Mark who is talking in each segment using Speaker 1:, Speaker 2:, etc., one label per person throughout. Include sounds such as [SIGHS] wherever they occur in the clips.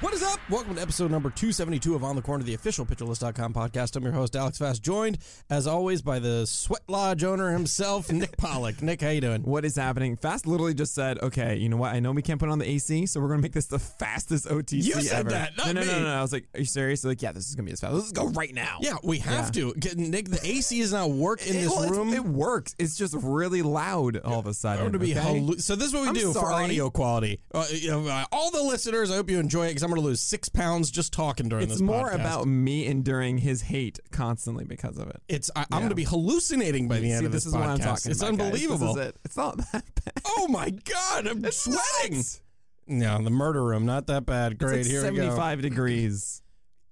Speaker 1: What is up? Welcome to episode number 272 of On the Corner, the official pitcherlist.com podcast. I'm your host, Alex Fast, joined as always by the Sweat Lodge owner
Speaker 2: [LAUGHS]
Speaker 1: himself, Nick Pollock. Nick, how you doing?
Speaker 2: What is happening? Fast literally just said, "Okay, you know what? I know we can't put on the AC, so we're gonna make this the fastest OTC
Speaker 1: You said
Speaker 2: ever."
Speaker 1: that, not
Speaker 2: no, no, no,
Speaker 1: me.
Speaker 2: no, no. I was like, "Are you serious?" They're like, yeah, this is gonna be as fast. Let's go right now.
Speaker 1: Yeah, we have to. Get, Nick, the AC is not work in
Speaker 2: It-
Speaker 1: this
Speaker 2: well, it's-
Speaker 1: room.
Speaker 2: it works. It's just really loud all of a sudden.
Speaker 1: I'm gonna be
Speaker 2: okay?
Speaker 1: hallu- so this is what we
Speaker 2: I'm
Speaker 1: do for
Speaker 2: sorry.
Speaker 1: audio quality. Uh, you know, uh, all the listeners, I hope you enjoy it because I'm going to lose six pounds just talking during
Speaker 2: It's
Speaker 1: this.
Speaker 2: more
Speaker 1: podcast.
Speaker 2: about me enduring his hate constantly because of it.
Speaker 1: it's. I, I'm going to be hallucinating by the end
Speaker 2: See,
Speaker 1: of
Speaker 2: this
Speaker 1: this,
Speaker 2: is
Speaker 1: podcast.
Speaker 2: what I'm talking
Speaker 1: it's
Speaker 2: about. guys. This is
Speaker 1: unbelievable.
Speaker 2: it. It's not that bad.
Speaker 1: Oh my god, I'm
Speaker 2: It's
Speaker 1: [LAUGHS] sweating.
Speaker 2: nuts.
Speaker 1: No, the murder room, not that bad.
Speaker 2: It's
Speaker 1: Great,
Speaker 2: like
Speaker 1: here we go.
Speaker 2: 75 degrees.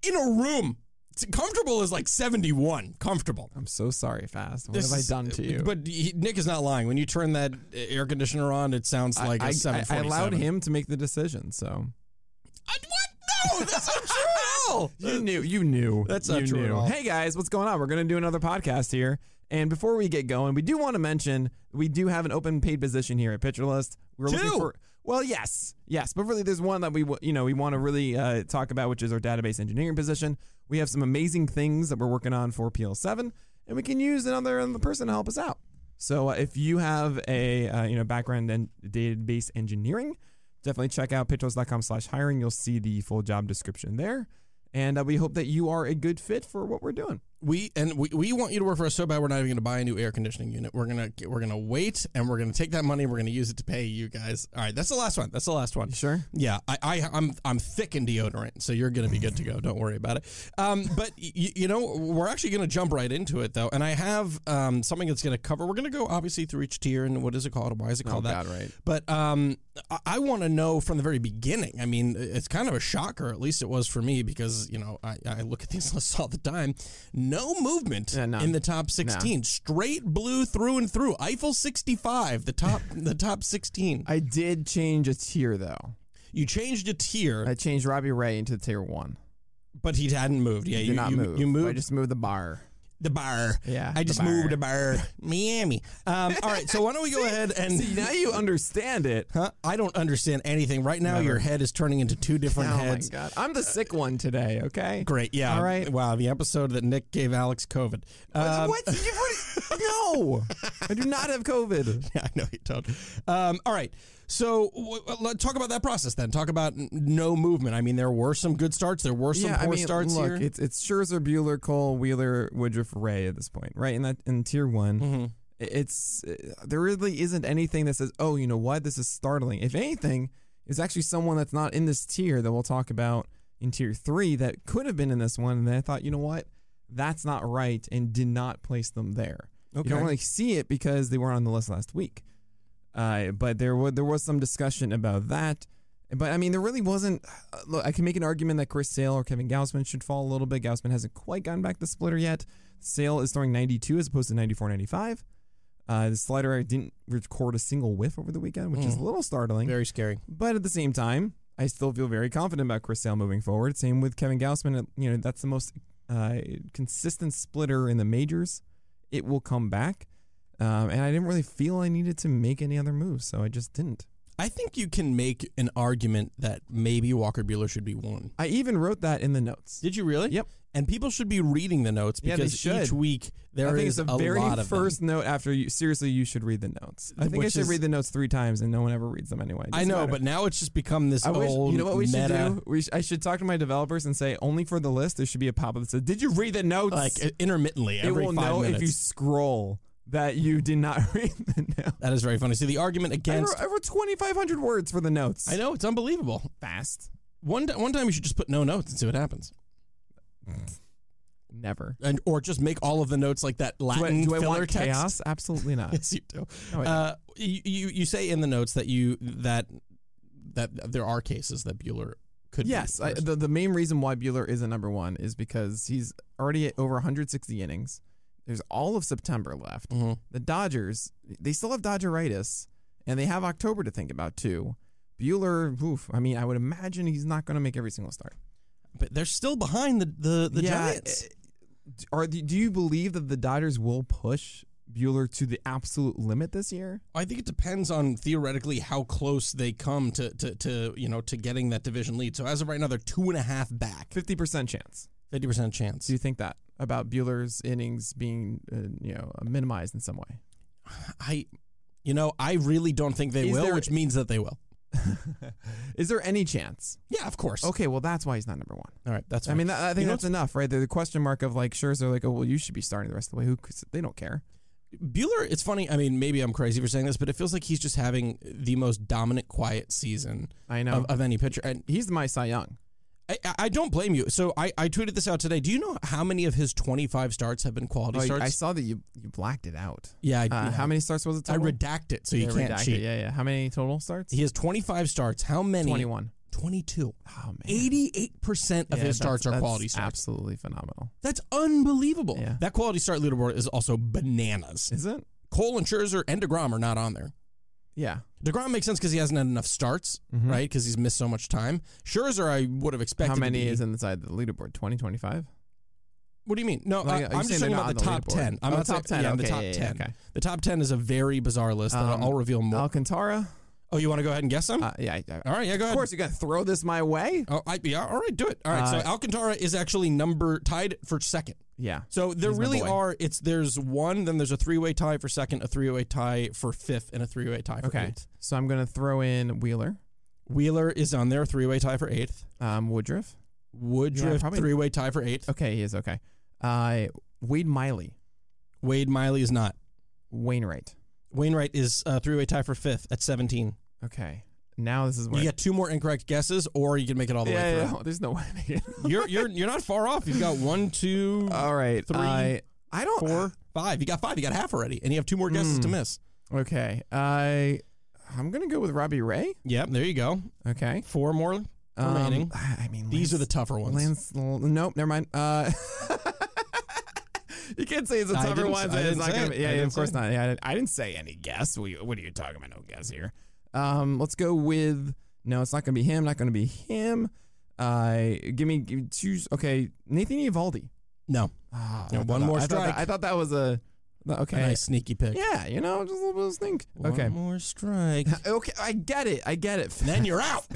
Speaker 1: In a room, it's comfortable is like 71. Comfortable.
Speaker 2: I'm so sorry, Fast. What
Speaker 1: This
Speaker 2: have I
Speaker 1: is- uh,
Speaker 2: done to you?
Speaker 1: But he, Nick is not lying. When you turn that air conditioner on, it sounds like a
Speaker 2: I, I, I
Speaker 1: 747.
Speaker 2: allowed him to make the decision, so
Speaker 1: I, what? No, that's not true at all.
Speaker 2: You knew. You knew.
Speaker 1: That's not
Speaker 2: you
Speaker 1: true at
Speaker 2: knew.
Speaker 1: all.
Speaker 2: Hey guys, what's going on? We're gonna do another podcast here. And before we get going, we do want to mention we do have an open paid position here at Pitcher List. We're
Speaker 1: Two.
Speaker 2: looking for. Well, yes, yes, but really, there's one that we w- you know we want to really uh, talk about, which is our database engineering position. We have some amazing things that we're working on for PL7, and we can use another another person to help us out. So uh, if you have a uh, you know background in database engineering, definitely check out pitchlist.com slash hiring. You'll see the full job description there. And uh, we hope that you are a good fit for what we're doing.
Speaker 1: We and we, we want you to work for us so bad we're not even going to buy a new air conditioning unit. We're gonna get- we're gonna wait and we're gonna take that money and we're gonna use it to pay you guys. All right, that's the last one. That's the last one.
Speaker 2: sure?
Speaker 1: Yeah, I, I I'm I'm thick in deodorant, so you're gonna be good to go. Don't worry about it. Um, but y- you know we're actually gonna jump right into it though, and I have um something that's gonna cover. We're gonna go obviously through each tier and what is it called? and Why is it called that?
Speaker 2: Oh, right.
Speaker 1: But um, I, I want to know from the very beginning. I mean, it's kind of a shocker, at least it was for me, because you know I, I look at these [LAUGHS] lists all the time. No movement
Speaker 2: Yeah, no.
Speaker 1: in the top sixteen, straight blue through and through. Eiffel sixty five, the top, [LAUGHS] the top sixteen.
Speaker 2: I did change a tier though.
Speaker 1: You changed a tier,
Speaker 2: I changed Robbie Ray into tier one.
Speaker 1: but he hadn't moved. Yeah,
Speaker 2: Did
Speaker 1: you
Speaker 2: not
Speaker 1: you,
Speaker 2: move.
Speaker 1: You
Speaker 2: I
Speaker 1: moved
Speaker 2: just moved the bar.
Speaker 1: the bar.
Speaker 2: Yeah,
Speaker 1: I
Speaker 2: the
Speaker 1: just
Speaker 2: bar.
Speaker 1: moved the
Speaker 2: [LAUGHS]
Speaker 1: bar, Miami. Um, all right, so why don't we go ahead and
Speaker 2: See, now you understand it.
Speaker 1: Huh? I don't understand anything right now. Your head is turning into two different
Speaker 2: Oh my
Speaker 1: heads.
Speaker 2: god, I'm the sick one today. Okay.
Speaker 1: Great. Yeah.
Speaker 2: All right.
Speaker 1: Wow. The episode that Nick gave Alex COVID. Um,
Speaker 2: what? You- what- No, I do not have COVID.
Speaker 1: [LAUGHS] Yeah, I know you don't. Um, all right. So w- w- let's talk about that process then. Talk about n- no movement. I mean, there were some good starts. There were some
Speaker 2: yeah,
Speaker 1: poor
Speaker 2: I mean,
Speaker 1: starts
Speaker 2: look,
Speaker 1: here.
Speaker 2: it's it's Scherzer, Bueller, Cole, Wheeler, Woodruff, Ray at this point, right? In that in tier one,
Speaker 1: Mhm.
Speaker 2: i- it's uh, there really isn't anything that says, oh, you know what, this is startling. If anything, it's actually someone that's not in this tier that we'll talk about in tier three that could have been in this one, and then I thought, you know what, that's not right, and did not place them there. You
Speaker 1: Okay.
Speaker 2: don't really see it because they weren't on the list last week. Uh, but there was there was some discussion about that. But I mean, there really wasn't. uh, Look, I can make an argument that Chris Sale or Kevin Gausman should fall a little bit. Gausman hasn't quite gotten back the splitter yet. Sale is throwing 92 as opposed to 94, 95. Uh, the slider didn't record a single whiff over the weekend, which is a little startling.
Speaker 1: Very scary.
Speaker 2: But at the same time, I still feel very confident about Chris Sale moving forward. Same with Kevin Gausman. You know, that's the most uh, consistent splitter in the majors. It will come back. Um, and I didn't really feel I needed to make any other moves, so I just didn't.
Speaker 1: I think you can make an argument that maybe Walker Bueller should be one.
Speaker 2: I even wrote that in the notes.
Speaker 1: Did you really?
Speaker 2: Yep.
Speaker 1: And people should be reading the notes
Speaker 2: Yeah, they
Speaker 1: because
Speaker 2: should.
Speaker 1: each week there
Speaker 2: I think
Speaker 1: is
Speaker 2: it's the very
Speaker 1: lot of them.
Speaker 2: first note after you. Seriously, you should read the notes. I think I
Speaker 1: Which
Speaker 2: should
Speaker 1: is-
Speaker 2: read the notes three times, and no one ever reads them anyway. It
Speaker 1: I
Speaker 2: doesn't
Speaker 1: know,
Speaker 2: matter.
Speaker 1: but now it's just become this
Speaker 2: I wish,
Speaker 1: old
Speaker 2: you know what we
Speaker 1: meta.
Speaker 2: should do? We sh- I should talk to my developers and say only for the list there should be a pop up that says, "Did you read the notes?"
Speaker 1: like intermittently
Speaker 2: it
Speaker 1: every
Speaker 2: will
Speaker 1: five
Speaker 2: know
Speaker 1: minutes.
Speaker 2: if you scroll that you did not [LAUGHS] read the note.
Speaker 1: That is very funny. See, the argument
Speaker 2: I
Speaker 1: against.
Speaker 2: wrote, I wrote 2,500 words for the notes.
Speaker 1: I know it's unbelievable.
Speaker 2: Fast.
Speaker 1: One ti- one time you should just put no notes and see what happens,
Speaker 2: Never.
Speaker 1: and or just make all of the notes like that
Speaker 2: Do I,
Speaker 1: Latin
Speaker 2: do I
Speaker 1: filler
Speaker 2: want
Speaker 1: text.
Speaker 2: chaos? Absolutely [LAUGHS]
Speaker 1: [LAUGHS]
Speaker 2: not.
Speaker 1: Yes, you do.
Speaker 2: No, I don't.
Speaker 1: Uh, you, you you say in the notes that you that that there are cases that Bueller could. be
Speaker 2: Yes, I,
Speaker 1: first.
Speaker 2: the, the main reason why Bueller isn't number one is because he's already at over 160 innings. There's all of September left.
Speaker 1: Mhm.
Speaker 2: The Dodgers, they still have Dodgeritis, and they have October to think about too. Bueller, oof, I mean, I would imagine he's not going to make every single start.
Speaker 1: but they're still behind the the, the
Speaker 2: Yeah,
Speaker 1: Giants.
Speaker 2: eh, Are the- do you believe that the Dodgers will push Bueller to the absolute limit this year?
Speaker 1: I think it depends on theoretically how close they come to, to, to you know to getting that division lead. So as of right now, they're two and a half back,
Speaker 2: 50% chance.
Speaker 1: fifty percent chance.
Speaker 2: Do you think that about Bueller's innings being, uh, you know, minimized in some way?
Speaker 1: I, you know, I really don't think they
Speaker 2: Is
Speaker 1: will,
Speaker 2: there-
Speaker 1: which means that they will.
Speaker 2: Is there any chance?
Speaker 1: Yeah, of course.
Speaker 2: Okay, well that's why he's not number one.
Speaker 1: All right, that's.
Speaker 2: I
Speaker 1: Fine.
Speaker 2: mean, that, I think
Speaker 1: You know
Speaker 2: that's enough, right? The, the question mark of like Scherzer, like, oh well, you should be starting the rest of the way. Who? Cause they don't care.
Speaker 1: Bueller, it's funny. I mean, maybe I'm crazy for saying this, but it feels like he's just having the most dominant, quiet season
Speaker 2: I know.
Speaker 1: of, of any pitcher. And
Speaker 2: he's my Cy Young.
Speaker 1: I, I- I don't blame you. So I, I tweeted this out today. Do you know how many of his 25 starts have been quality
Speaker 2: Oh, you-
Speaker 1: starts?
Speaker 2: I saw that you you blacked it out.
Speaker 1: yeah, I,
Speaker 2: Uh,
Speaker 1: yeah.
Speaker 2: How many starts was it?
Speaker 1: I
Speaker 2: Total?
Speaker 1: redact it so you
Speaker 2: Yeah,
Speaker 1: can't
Speaker 2: redacted.
Speaker 1: cheat.
Speaker 2: Yeah, yeah. How many total starts?
Speaker 1: He has 25 starts. How many?
Speaker 2: Twenty-one.
Speaker 1: 22.
Speaker 2: Oh man.
Speaker 1: 88% of
Speaker 2: Yeah,
Speaker 1: his starts
Speaker 2: that's-
Speaker 1: are
Speaker 2: that's
Speaker 1: quality starts.
Speaker 2: Absolutely phenomenal.
Speaker 1: That's unbelievable.
Speaker 2: Yeah.
Speaker 1: That quality start leaderboard is also bananas.
Speaker 2: Is it?
Speaker 1: Cole and Scherzer and DeGrom are not on there.
Speaker 2: Yeah.
Speaker 1: DeGrom makes sense because he hasn't had enough starts,
Speaker 2: Mhm.
Speaker 1: right? Because he's missed so much time. Scherzer, I would have expected.
Speaker 2: How
Speaker 1: to
Speaker 2: many
Speaker 1: be-
Speaker 2: is inside the leaderboard? 20, 25?
Speaker 1: What do you mean? No,
Speaker 2: Like, are you
Speaker 1: I, am
Speaker 2: saying
Speaker 1: just talking
Speaker 2: they're
Speaker 1: about the
Speaker 2: not on
Speaker 1: top
Speaker 2: the leaderboard?
Speaker 1: ten. I'm
Speaker 2: Oh,
Speaker 1: not
Speaker 2: top
Speaker 1: saying-
Speaker 2: 10.
Speaker 1: Yeah, the
Speaker 2: Okay,
Speaker 1: top
Speaker 2: yeah, yeah,
Speaker 1: ten.
Speaker 2: okay.
Speaker 1: The top ten is a very bizarre list that
Speaker 2: Um,
Speaker 1: I'll reveal more.
Speaker 2: Alcantara.
Speaker 1: oh, you want to go ahead and guess them?
Speaker 2: Uh, yeah. I-
Speaker 1: [LAUGHS]
Speaker 2: I-
Speaker 1: all right, yeah, go
Speaker 2: Of
Speaker 1: ahead.
Speaker 2: course, you're gonna throw this my way.
Speaker 1: Oh, I, yeah, all right, do it. All right,
Speaker 2: Uh,
Speaker 1: so Alcantara is actually number tied for second.
Speaker 2: Yeah.
Speaker 1: So there
Speaker 2: He's my
Speaker 1: really
Speaker 2: boy.
Speaker 1: are. It's there's one, then there's a three way tie for second, a three way tie for fifth, and a three way tie for
Speaker 2: Okay.
Speaker 1: eighth.
Speaker 2: So I'm gonna throw in Wheeler,
Speaker 1: Wheeler is on there, three way tie for eighth.
Speaker 2: um, Woodruff.
Speaker 1: Woodruff,
Speaker 2: probably-
Speaker 1: three way tie for eighth.
Speaker 2: Okay, he is okay. Uh, Wade Miley,
Speaker 1: Wade Miley is not.
Speaker 2: Wainwright.
Speaker 1: Wainwright is uh, three way tie for fifth at 17.
Speaker 2: Okay, now this is
Speaker 1: You
Speaker 2: where.
Speaker 1: get two more incorrect guesses, or you can make it all the way through.
Speaker 2: no, there's no way. [LAUGHS] to make it.
Speaker 1: you're you're you're not far off. You've got one, two, five.
Speaker 2: [LAUGHS] All right,
Speaker 1: Three,
Speaker 2: I I don't.
Speaker 1: You got five. You got half already, and you have two more guesses to
Speaker 2: Hmm.
Speaker 1: miss.
Speaker 2: Okay, I I'm gonna go with Robbie Ray.
Speaker 1: Yep, there you go.
Speaker 2: Okay,
Speaker 1: Four more
Speaker 2: Um,
Speaker 1: remaining.
Speaker 2: I I mean,
Speaker 1: These are the
Speaker 2: Lance-
Speaker 1: tougher ones.
Speaker 2: Lance. L- Nope, never mind. Uh, [LAUGHS] you can't say it's a
Speaker 1: I
Speaker 2: tougher
Speaker 1: didn't-
Speaker 2: one.
Speaker 1: I
Speaker 2: so it's
Speaker 1: didn't
Speaker 2: not
Speaker 1: say
Speaker 2: gonna
Speaker 1: it.
Speaker 2: be-
Speaker 1: I
Speaker 2: Yeah, yeah
Speaker 1: didn't
Speaker 2: of course
Speaker 1: say it.
Speaker 2: not. Yeah, I didn't- I didn't say any guess. What are you- what are you talking about? No guess here. Um, let's go with no. It's not gonna be him. Not gonna be him. Uh, give me give, me two. Okay, Nathan Evaldi.
Speaker 1: no, Yeah, one more
Speaker 2: I thought,
Speaker 1: strike.
Speaker 2: that- I thought that was a okay.
Speaker 1: a nice sneaky pick.
Speaker 2: Yeah, you know, just a little bit of stink. Okay.
Speaker 1: One more strike.
Speaker 2: [LAUGHS] Okay, I get it. I get it.
Speaker 1: then you're
Speaker 2: [LAUGHS]
Speaker 1: out.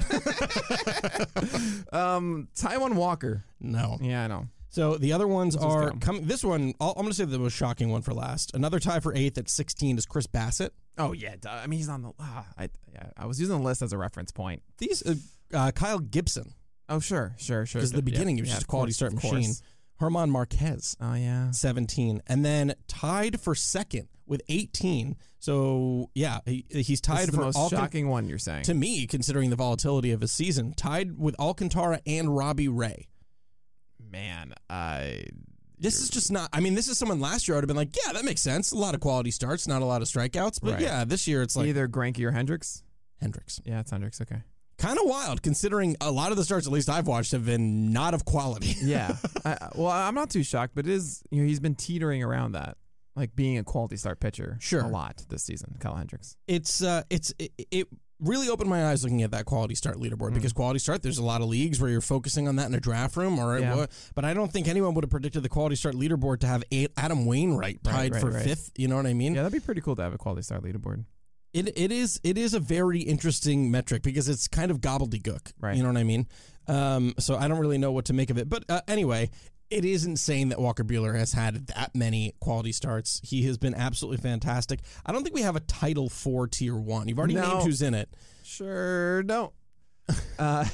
Speaker 2: Um, Taiwan Walker.
Speaker 1: no.
Speaker 2: Yeah, I know.
Speaker 1: So the other ones
Speaker 2: is
Speaker 1: are
Speaker 2: dumb.
Speaker 1: coming. This one, I'll, I'm going to say the most shocking one for last. Another tie for eighth at 16 is Chris Bassett.
Speaker 2: Oh yeah, duh. I mean he's on the. ah, I yeah, I was using the list as a reference point.
Speaker 1: These uh, uh, Kyle Gibson
Speaker 2: Oh sure, sure, sure.
Speaker 1: because the
Speaker 2: Yeah,
Speaker 1: beginning he was
Speaker 2: yeah,
Speaker 1: just a
Speaker 2: of
Speaker 1: quality
Speaker 2: course,
Speaker 1: start
Speaker 2: of course.
Speaker 1: machine. Herman Marquez.
Speaker 2: Oh yeah,
Speaker 1: 17 and then tied for second with 18 so yeah he, he's
Speaker 2: this
Speaker 1: tied
Speaker 2: is the
Speaker 1: for
Speaker 2: most
Speaker 1: Alcan-
Speaker 2: shocking one you're saying.
Speaker 1: to me considering the volatility of his season tied with alcantara and robbie ray
Speaker 2: Man, I
Speaker 1: this is just not i mean this is someone last year i would have been like yeah that makes sense a lot of quality starts not a lot of strikeouts but
Speaker 2: Right.
Speaker 1: yeah this year it's like
Speaker 2: either Granky or Hendricks.
Speaker 1: hendricks
Speaker 2: Yeah, it's Hendricks. Okay.
Speaker 1: kind of wild considering a lot of the starts at least i've watched have been not of
Speaker 2: [LAUGHS]
Speaker 1: quality
Speaker 2: Yeah. I, I- well, I'm not too shocked, but it is you know he's been teetering around that, like being a quality start pitcher.
Speaker 1: Sure.
Speaker 2: a lot this season, Kyle Hendricks.
Speaker 1: it's uh it's it, it really opened my eyes looking at that quality start leaderboard
Speaker 2: Hmm.
Speaker 1: because quality start there's a lot of leagues where you're focusing on that in a draft room or
Speaker 2: Yeah.
Speaker 1: but I don't think anyone would have predicted the quality start leaderboard to have eight Adam Wainwright
Speaker 2: Right,
Speaker 1: tied
Speaker 2: right,
Speaker 1: for
Speaker 2: right.
Speaker 1: fifth you know what I mean
Speaker 2: Yeah, that'd be pretty cool to have a quality start leaderboard.
Speaker 1: it it is it is a very interesting metric because it's kind of gobbledygook
Speaker 2: Right.
Speaker 1: you know what I mean um so I don't really know what to make of it but uh, anyway it is insane that Walker Bueller has had that many quality starts. He has been absolutely fantastic. I don't think we have a title for tier one. You've already [LAUGHS]
Speaker 2: No.
Speaker 1: named who's in it.
Speaker 2: Sure don't. uh,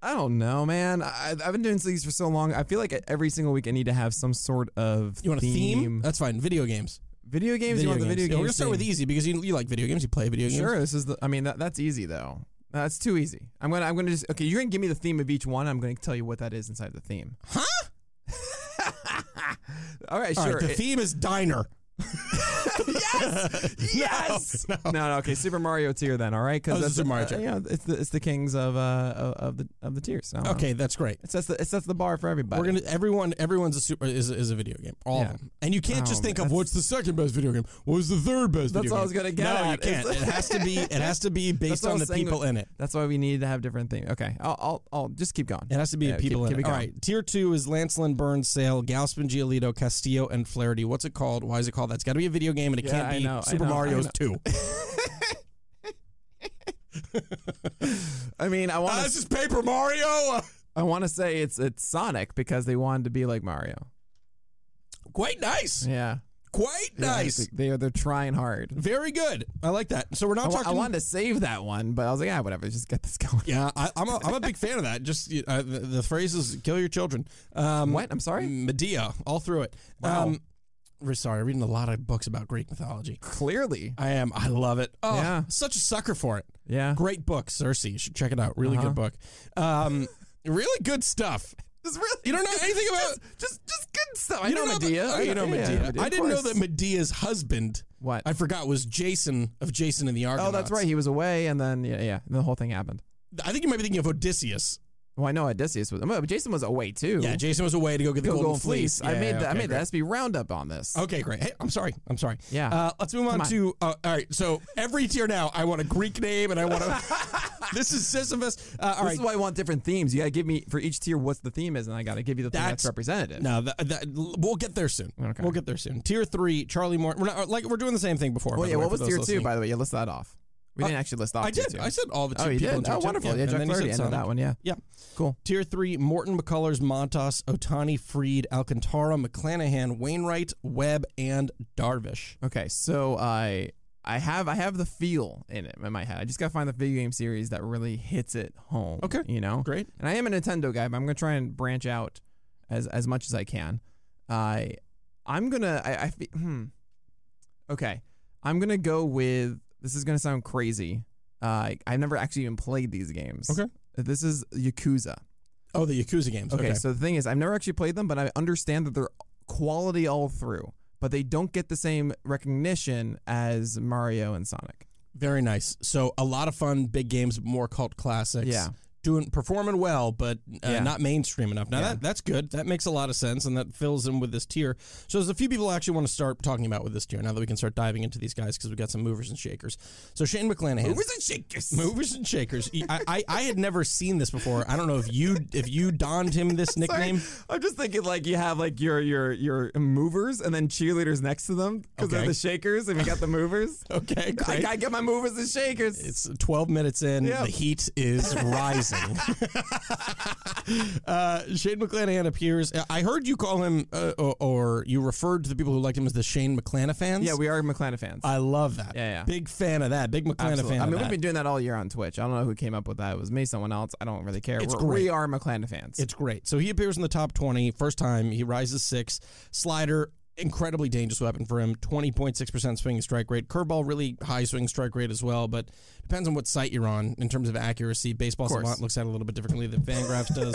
Speaker 2: I don't know, man. I, I've been doing these for so long. I feel like every single week I need to have some sort of
Speaker 1: You want a theme? That's fine. Video games.
Speaker 2: Video games. you want the video
Speaker 1: Yeah,
Speaker 2: games?
Speaker 1: We're gonna start with
Speaker 2: theme?
Speaker 1: easy because you, you like video games. You play video games.
Speaker 2: Sure. This is the. I mean, that, that's easy though. That's too easy. I'm gonna. I'm gonna just. Okay, you're gonna give me the theme of each one. I'm gonna tell you what that is inside the theme.
Speaker 1: Huh?
Speaker 2: [LAUGHS] All right.
Speaker 1: All
Speaker 2: Sure.
Speaker 1: right. The
Speaker 2: It-
Speaker 1: theme is diner.
Speaker 2: [LAUGHS]
Speaker 1: [LAUGHS]
Speaker 2: Yes. No, no. Okay. Super Mario tier then. All right.
Speaker 1: Oh,
Speaker 2: Because
Speaker 1: this is Super Mario
Speaker 2: uh,
Speaker 1: tier.
Speaker 2: yeah, it's the it's the kings of uh of of the of the tiers. So,
Speaker 1: Okay, that's great.
Speaker 2: It sets the it sets the bar for everybody.
Speaker 1: We're gonna everyone everyone's a super is, a- is a video game. All
Speaker 2: Yeah.
Speaker 1: of them. And you can't
Speaker 2: Oh,
Speaker 1: just think
Speaker 2: man,
Speaker 1: of what's the second best video game. What was the third best
Speaker 2: That's
Speaker 1: video
Speaker 2: what
Speaker 1: game?
Speaker 2: I was gonna get
Speaker 1: No,
Speaker 2: at.
Speaker 1: you can't. it
Speaker 2: It's-
Speaker 1: has to be it has to
Speaker 2: [LAUGHS]
Speaker 1: be based
Speaker 2: what I
Speaker 1: on the
Speaker 2: was saying
Speaker 1: people
Speaker 2: with-
Speaker 1: in it.
Speaker 2: That's why we need to have different themes. Okay. I'll I'll, I'll just keep going.
Speaker 1: It has to be
Speaker 2: Yeah,
Speaker 1: people
Speaker 2: keep-
Speaker 1: in
Speaker 2: keep
Speaker 1: it.
Speaker 2: it
Speaker 1: All
Speaker 2: going.
Speaker 1: right. Tier two is Lancelin, Burns, Sale, Galspin, Giolito, Castillo, and Flaherty. What's it called? Why is it called? That's gotta be a video game and it
Speaker 2: Yeah,
Speaker 1: can't
Speaker 2: I
Speaker 1: be
Speaker 2: know, I
Speaker 1: Super
Speaker 2: know, I
Speaker 1: Mario's
Speaker 2: know. [LAUGHS]
Speaker 1: two.
Speaker 2: I mean, I
Speaker 1: Ah,
Speaker 2: want
Speaker 1: this
Speaker 2: to
Speaker 1: is Paper Mario.
Speaker 2: I want to say it's it's Sonic because they wanted to be like Mario.
Speaker 1: Quite nice.
Speaker 2: Yeah.
Speaker 1: Quite
Speaker 2: Yeah,
Speaker 1: nice.
Speaker 2: they- They are they're trying hard.
Speaker 1: Very good. I like that. So we're
Speaker 2: I,
Speaker 1: not
Speaker 2: wa-
Speaker 1: talking.
Speaker 2: I wanted to save that one, but I was like, ah, whatever. Just get this [LAUGHS] going.
Speaker 1: yeah, I, I'm a, I'm a big fan of that. Just uh, the, the phrase is "kill your children." Um,
Speaker 2: What? I'm sorry.
Speaker 1: Medea, all through it.
Speaker 2: Wow.
Speaker 1: we're sorry, reading a lot of books about Greek mythology.
Speaker 2: Clearly.
Speaker 1: I am. I love it. Oh,
Speaker 2: Yeah.
Speaker 1: such a sucker for it.
Speaker 2: Yeah.
Speaker 1: Great book, Cersei. You should check it out. Really
Speaker 2: Uh-huh.
Speaker 1: good book. Um, really good stuff.
Speaker 2: Just really,
Speaker 1: You don't know anything about.
Speaker 2: just just good stuff. I
Speaker 1: you
Speaker 2: know
Speaker 1: don't
Speaker 2: Medea.
Speaker 1: Oh, you know
Speaker 2: Yeah,
Speaker 1: Medea.
Speaker 2: Medea,
Speaker 1: I
Speaker 2: of
Speaker 1: didn't know
Speaker 2: course.
Speaker 1: that Medea's husband,
Speaker 2: What?
Speaker 1: I forgot, was Jason of Jason and the
Speaker 2: oh,
Speaker 1: Argonauts.
Speaker 2: that's right. He was away, and then yeah, yeah, the whole thing happened.
Speaker 1: I think you might be thinking of Odysseus.
Speaker 2: Well, I know Odysseus was, but Jason was away too.
Speaker 1: Yeah, Jason was away to go get the
Speaker 2: Go
Speaker 1: golden,
Speaker 2: Golden Fleece. I
Speaker 1: Yeah,
Speaker 2: made the, I
Speaker 1: okay,
Speaker 2: made
Speaker 1: great.
Speaker 2: the SB roundup on this.
Speaker 1: Okay, great. Hey, I'm sorry. I'm sorry.
Speaker 2: Yeah.
Speaker 1: Uh, let's move on,
Speaker 2: on.
Speaker 1: to. Uh, all right. So every tier now, I want a Greek name, and I want
Speaker 2: [LAUGHS]
Speaker 1: to. this is Sisyphus. Uh, all
Speaker 2: this
Speaker 1: right.
Speaker 2: is why I want different themes. You gotta give me for each tier what the theme is, and I gotta give you the theme that's,
Speaker 1: That's-
Speaker 2: representative.
Speaker 1: No, that, that, we'll get there soon.
Speaker 2: Okay.
Speaker 1: We'll get there soon. Tier three, Charlie Moore. We're not like we're doing the same thing before. by
Speaker 2: Well,
Speaker 1: the
Speaker 2: Oh, yeah.
Speaker 1: way,
Speaker 2: What
Speaker 1: for
Speaker 2: was
Speaker 1: those
Speaker 2: tier two,
Speaker 1: listening.
Speaker 2: by the way? You list that off. We
Speaker 1: Uh,
Speaker 2: didn't actually list off.
Speaker 1: I
Speaker 2: tier
Speaker 1: did.
Speaker 2: two.
Speaker 1: I said all the
Speaker 2: oh,
Speaker 1: two
Speaker 2: you
Speaker 1: people. in
Speaker 2: did.
Speaker 1: tier
Speaker 2: Oh,
Speaker 1: two.
Speaker 2: wonderful. Yeah,
Speaker 1: and
Speaker 2: Jack
Speaker 1: then you
Speaker 2: Flaherty. I
Speaker 1: said
Speaker 2: know
Speaker 1: Sonic.
Speaker 2: that one. Yeah.
Speaker 1: Yeah.
Speaker 2: Cool.
Speaker 1: Tier three: Morton, McCullers, Montas, Otani, Freed, Alcantara, McClanahan, Wainwright, Webb, and Darvish.
Speaker 2: Okay, so I I have I have the feel in it in my head. I just gotta find the video game series that really hits it home.
Speaker 1: Okay.
Speaker 2: you know,
Speaker 1: Great.
Speaker 2: And I am a Nintendo guy, but I'm gonna try and branch out as as much as I can. I I'm gonna I, I fe- hmm. Okay, I'm gonna go with this is gonna sound crazy. Uh, I've never actually even played these games.
Speaker 1: Okay.
Speaker 2: This is Yakuza.
Speaker 1: Oh, the Yakuza games.
Speaker 2: Okay, so the thing is, I've never actually played them, but I understand that they're quality all through, but they don't get the same recognition as Mario and Sonic.
Speaker 1: Very nice. So a lot of fun, big games, more cult classics.
Speaker 2: Yeah.
Speaker 1: Doing performing well, but uh,
Speaker 2: Yeah.
Speaker 1: not mainstream enough. Now that that's good. That makes a lot of sense, and that fills in with this tier. So there's a few people I actually want to start talking about with this tier. Now that we can start diving into these guys because we got some movers and shakers. So Shane McClanahan.
Speaker 2: and shakers.
Speaker 1: Movers and shakers. I, I, I had never seen this before. I don't know if you if you donned him
Speaker 2: [LAUGHS]
Speaker 1: this nickname.
Speaker 2: I'm just thinking like you have like your your your movers and then cheerleaders next to them because
Speaker 1: Okay.
Speaker 2: they're the shakers and we got the movers.
Speaker 1: [LAUGHS] Okay,
Speaker 2: I
Speaker 1: great.
Speaker 2: gotta get my movers and shakers.
Speaker 1: It's 12 minutes in.
Speaker 2: Yep.
Speaker 1: The heat is rising. [LAUGHS] uh, Shane McClanahan appears. I heard you call him, uh, or, or you referred to the people who liked him as the Shane McClanahan fans.
Speaker 2: yeah, we are McClana fans.
Speaker 1: I love that.
Speaker 2: Yeah, yeah.
Speaker 1: Big fan of that. Big McClanahan
Speaker 2: Absolutely.
Speaker 1: fan.
Speaker 2: I
Speaker 1: of
Speaker 2: mean, we've
Speaker 1: that.
Speaker 2: been doing that all year on Twitch. I don't know who came up with that. It was me, someone else. I don't really care.
Speaker 1: It's
Speaker 2: We're, we
Speaker 1: great.
Speaker 2: are McClana fans. [LAUGHS]
Speaker 1: It's great. So he appears in the top 20, first time. He rises six. Slider, incredibly dangerous weapon for him. 20.6% swing and strike rate. Curveball, really high swing strike rate as well, but depends on what site you're on in terms of accuracy. Baseball
Speaker 2: course.
Speaker 1: Savant looks at it a little bit differently than Fangraphs
Speaker 2: [LAUGHS]
Speaker 1: does.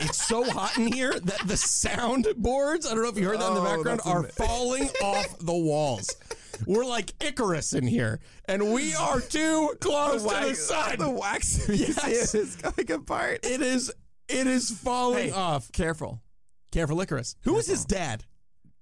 Speaker 1: it's so hot in here that the sound boards, I don't know if you heard that in
Speaker 2: Oh,
Speaker 1: the background,
Speaker 2: that's
Speaker 1: are
Speaker 2: ama- [LAUGHS]
Speaker 1: falling off the walls. We're like Icarus in here, and we are too close to the sun.
Speaker 2: The
Speaker 1: [LAUGHS]
Speaker 2: wax yes. is coming apart.
Speaker 1: it is it is falling
Speaker 2: Hey.
Speaker 1: off.
Speaker 2: Careful.
Speaker 1: Careful Icarus. Who was his dad?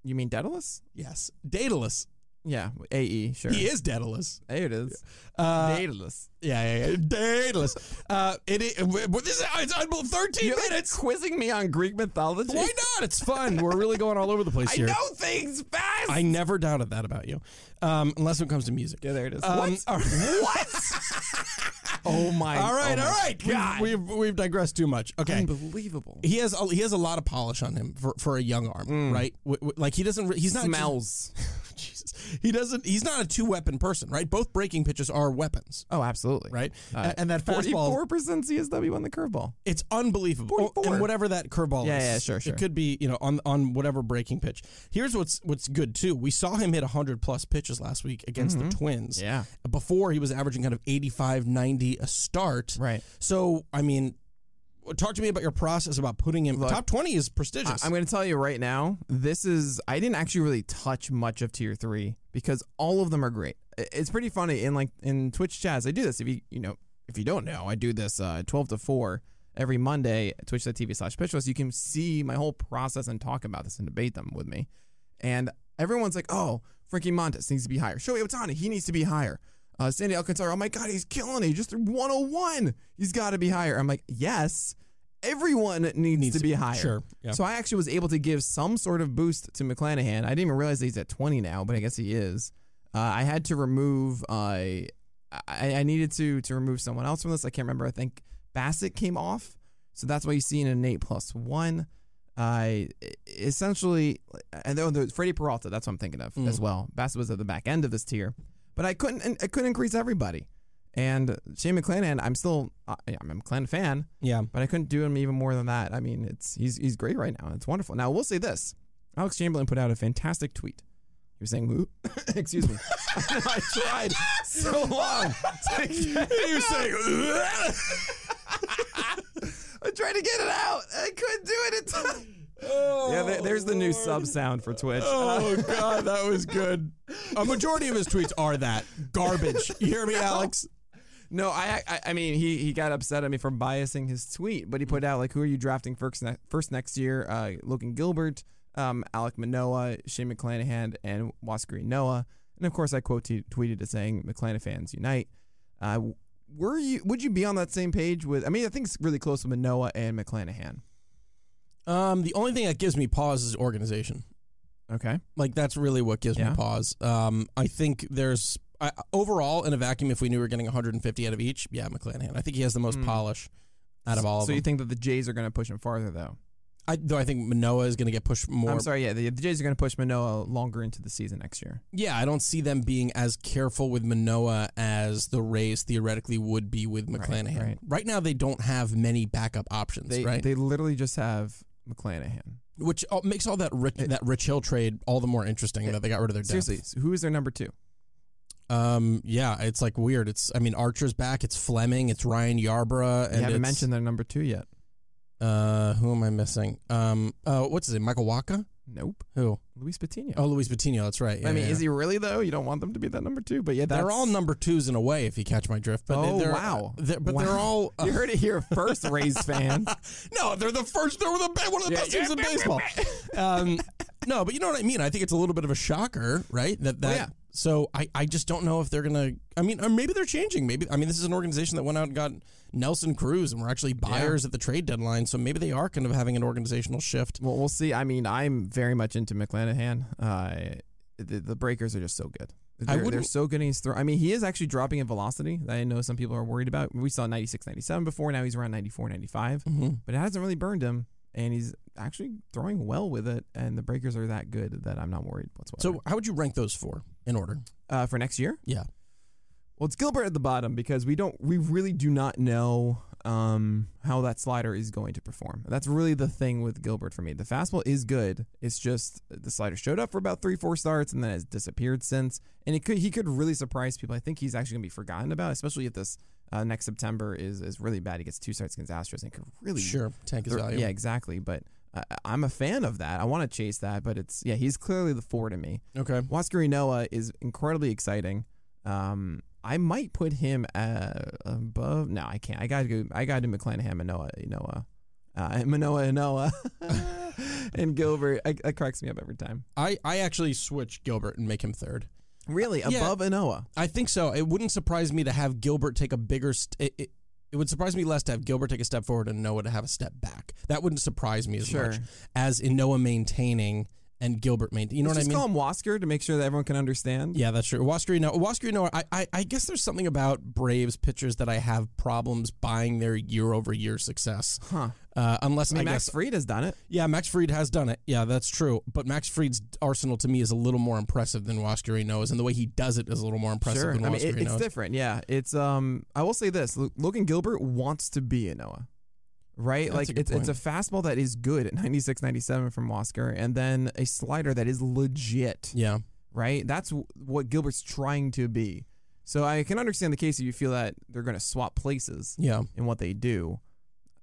Speaker 2: You mean Daedalus?
Speaker 1: Yes. Daedalus.
Speaker 2: Yeah, AE, sure.
Speaker 1: He is Daedalus.
Speaker 2: There it is.
Speaker 1: Uh,
Speaker 2: Daedalus.
Speaker 1: yeah, yeah, yeah. Daedalus. Uh, it is, but this is, uh, it's unbelievable. 13
Speaker 2: You're like
Speaker 1: minutes.
Speaker 2: quizzing me on Greek mythology.
Speaker 1: Why not? It's fun. We're really going all over the place
Speaker 2: I
Speaker 1: here.
Speaker 2: know things fast.
Speaker 1: I never doubted that about you. Um, unless when it comes to music.
Speaker 2: yeah, there it is.
Speaker 1: [LAUGHS] Um, all right.
Speaker 2: Oh my.
Speaker 1: All right,
Speaker 2: oh
Speaker 1: all
Speaker 2: my
Speaker 1: right.
Speaker 2: God.
Speaker 1: We've, we've, we've digressed too much. Okay.
Speaker 2: Unbelievable.
Speaker 1: He has a, he has a lot of polish on him for, for a young arm, right? W- w- like he doesn't re- he's not just-
Speaker 2: Mm. Smells.
Speaker 1: [LAUGHS] Jesus pitches. He doesn't. He's not a two weapon person, right? Both breaking pitches are weapons,
Speaker 2: Oh, absolutely.
Speaker 1: right?
Speaker 2: Uh,
Speaker 1: A- and that fastball,
Speaker 2: Forty-four percent CSW on the curveball.
Speaker 1: it's unbelievable. Oh,
Speaker 2: 44.
Speaker 1: and whatever that curveball
Speaker 2: Yeah,
Speaker 1: is,
Speaker 2: yeah, sure, sure.
Speaker 1: It could be you know on on whatever breaking pitch. Here's what's what's good too. We saw him hit hundred plus pitches last week against the Twins.
Speaker 2: Mm-hmm. Yeah.
Speaker 1: Before he was averaging kind of 85, 90 a start.
Speaker 2: Right.
Speaker 1: So I mean, talk to me about your process about putting him
Speaker 2: Look,
Speaker 1: top twenty is prestigious.
Speaker 2: I, am going to tell you right now. This is I didn't actually really touch much of tier three because all of them are great. I- It's pretty funny in like in Twitch chats. I do this if you you know if you don't know I do this uh, 12 to 4 every Monday at twitch.tv slash pitchless. You can see my whole process and talk about this and debate them with me. And everyone's like, oh, Frankie Montes needs to be higher. Shohei Otani, he needs to be higher. Uh, Sandy Alcantara, oh my God, he's killing it. He just threw 101. He's got to be higher. I'm like, yes, everyone needs, to be higher.
Speaker 1: sure, yeah.
Speaker 2: So I actually was able to give some sort of boost to McClanahan. I didn't even realize that he's at 20 now, but I guess he is. Uh, I had to remove, uh, I, I needed to to remove someone else from this. I can't remember. I think Bassett came off. So that's why you see an eight plus one. I essentially, and there, there's Freddie Peralta. That's what I'm thinking of as well. Bassett was at the back end of this tier, but I couldn't. I couldn't increase everybody. And Shane McClanahan, I'm still, I- I'm a McClanahan fan,
Speaker 1: yeah.
Speaker 2: but I couldn't do him even more than that. I mean, it's he's he's great right now. It's wonderful. Now we'll say this: Alex Chamberlain put out a fantastic tweet. He was saying, "Woo," [LAUGHS] excuse me, I tried so long. [LAUGHS] to get-
Speaker 1: He was saying,
Speaker 2: [LAUGHS] I tried to get it out. I couldn't do it in time. yeah, there- there's the new sub sound for Twitch.
Speaker 1: Oh [LAUGHS] god, that was good. A majority of his tweets are that garbage. You hear me, Alex?
Speaker 2: No, I, I I mean he he got upset at me for biasing his tweet, but he put out like who are you drafting first ne- first next year? Uh, Logan Gilbert, um, Alec Manoa, Shane McClanahan, and Waskari Noah. And of course, I quote t- tweeted it saying McClanahan fans unite. Uh, w- were you would you be on that same page with? I mean, I think it's really close with Manoa and McClanahan.
Speaker 1: Um, the only thing that gives me pause is organization.
Speaker 2: Okay,
Speaker 1: Like that's really what gives
Speaker 2: Yeah.
Speaker 1: me pause. Um, I think there's I, overall in a vacuum, if we knew we were getting 150 out of each, yeah, McClanahan. I think he has the most polish out of all of
Speaker 2: Hmm. so you
Speaker 1: them.
Speaker 2: think that the Jays are going to push him farther though?
Speaker 1: I, though I think Manoa is going to get pushed more.
Speaker 2: I'm sorry, yeah, the, the Jays are going to push Manoa longer into the season next year.
Speaker 1: Yeah, I don't see them being as careful with Manoa as the Rays theoretically would be with McClanahan. Right,
Speaker 2: right.
Speaker 1: now, they don't have many backup options,
Speaker 2: They
Speaker 1: right?
Speaker 2: they literally just have McClanahan.
Speaker 1: Which all, makes all that Rich, that Rich Hill trade all the more interesting that they got rid of their depth.
Speaker 2: Seriously, s- who is their number two?
Speaker 1: Um, yeah, it's like weird. It's I mean Archer's back. It's Fleming. It's Ryan Yarbrough. And
Speaker 2: you haven't
Speaker 1: it's,
Speaker 2: mentioned their number two yet.
Speaker 1: Uh, who am I missing? Um, uh, what's his name? Michael Waka.
Speaker 2: Nope.
Speaker 1: Who?
Speaker 2: Luis Patino.
Speaker 1: Oh, Luis Patino. That's right.
Speaker 2: I mean,
Speaker 1: yeah,
Speaker 2: is
Speaker 1: yeah.
Speaker 2: he really though? You don't want them to be that number two, but yeah, that's,
Speaker 1: They're all number twos in a way, if you catch my drift. But
Speaker 2: Oh,
Speaker 1: they're,
Speaker 2: wow.
Speaker 1: they're- but they're
Speaker 2: Wow.
Speaker 1: all.
Speaker 2: [LAUGHS] You heard it here first, Rays [LAUGHS] fans.
Speaker 1: No, they're the first. They were the be- one of the
Speaker 2: Yeah,
Speaker 1: best
Speaker 2: yeah,
Speaker 1: teams in
Speaker 2: yeah, yeah,
Speaker 1: baseball.
Speaker 2: [LAUGHS]
Speaker 1: um, no, but you know what I mean. I think it's a little bit of a shocker, right? That that.
Speaker 2: Oh, yeah.
Speaker 1: So I, I just don't know if they're gonna. I mean, or maybe they're changing. Maybe I mean this is an organization that went out and got Nelson Cruz, and we're actually buyers at the trade deadline. So maybe they are kind of having an organizational shift.
Speaker 2: Well, we'll see. I mean, I'm very much into McClanahan. Uh, the, the breakers are just so good. They're, they're
Speaker 1: wouldn't-
Speaker 2: so good in his throw. I mean, he is actually dropping in velocity. that I know some people are worried about. We saw 96, 97 before. Now he's around 94, 95.
Speaker 1: Mhm.
Speaker 2: But it hasn't really burned him, and he's actually throwing well with it. And the breakers are that good that I'm not worried whatsoever.
Speaker 1: So how would you rank those four in order?
Speaker 2: uh, for next year,
Speaker 1: Yeah.
Speaker 2: Well, it's Gilbert at the bottom because we don't, we really do not know um, how that slider is going to perform. That's really the thing with Gilbert for me. The fastball is good. It's just the slider showed up for about three, four starts and then has disappeared since. And it could, he could really surprise people. I think he's actually going to be forgotten about, especially if this uh, next September is is really bad. He gets two starts against Astros and could really
Speaker 1: Sure. Tank is
Speaker 2: Thro-
Speaker 1: value.
Speaker 2: Yeah, exactly. But I, I'm a fan of that. I want to chase that, but it's yeah, he's clearly the four to me.
Speaker 1: Okay.
Speaker 2: Waskari Noah is incredibly exciting. Um, I might put him uh, above. No, I can't. I got to go. I got to McClanahan, Manoa, Noah, uh, [LAUGHS] Manoa, Noah, and Gilbert. I, that cracks me up every time.
Speaker 1: I I actually switch Gilbert and make him third.
Speaker 2: Really, above Noah.
Speaker 1: I think so. It wouldn't surprise me to have Gilbert take a bigger. St- it, it, it would surprise me less to have Gilbert take a step forward and Noah to have a step back. That wouldn't surprise me as
Speaker 2: Sure.
Speaker 1: much as in Noah maintaining and Gilbert maintain. You know
Speaker 2: Let's
Speaker 1: what I
Speaker 2: just
Speaker 1: mean?
Speaker 2: call him Wasker to make sure that everyone can understand.
Speaker 1: Yeah, that's true. Wascarino, Wascarino. I, I, I guess there's something about Braves pitchers that I have problems buying their year over year success.
Speaker 2: Huh.
Speaker 1: Uh, unless
Speaker 2: I
Speaker 1: I,
Speaker 2: mean, Max
Speaker 1: guess,
Speaker 2: Fried has done it.
Speaker 1: yeah, Max Fried has done it. Yeah, that's true. But Max Fried's Arsenal to me is a little more impressive than Wascarino's, and the way he does it is a little more impressive
Speaker 2: Sure. I
Speaker 1: than
Speaker 2: mean, it-
Speaker 1: Wascarino's.
Speaker 2: it's different. Yeah. It's um. I will say this: Lo- Logan Gilbert wants to be a Noah, right?
Speaker 1: That's a
Speaker 2: like
Speaker 1: good
Speaker 2: it's it's a fastball that is good at 96, 97 from Wasker, and then a slider that is legit.
Speaker 1: yeah,
Speaker 2: right? That's w- what Gilbert's trying to be. So I can understand the case if you feel that they're going to swap places
Speaker 1: yeah.
Speaker 2: in what they do.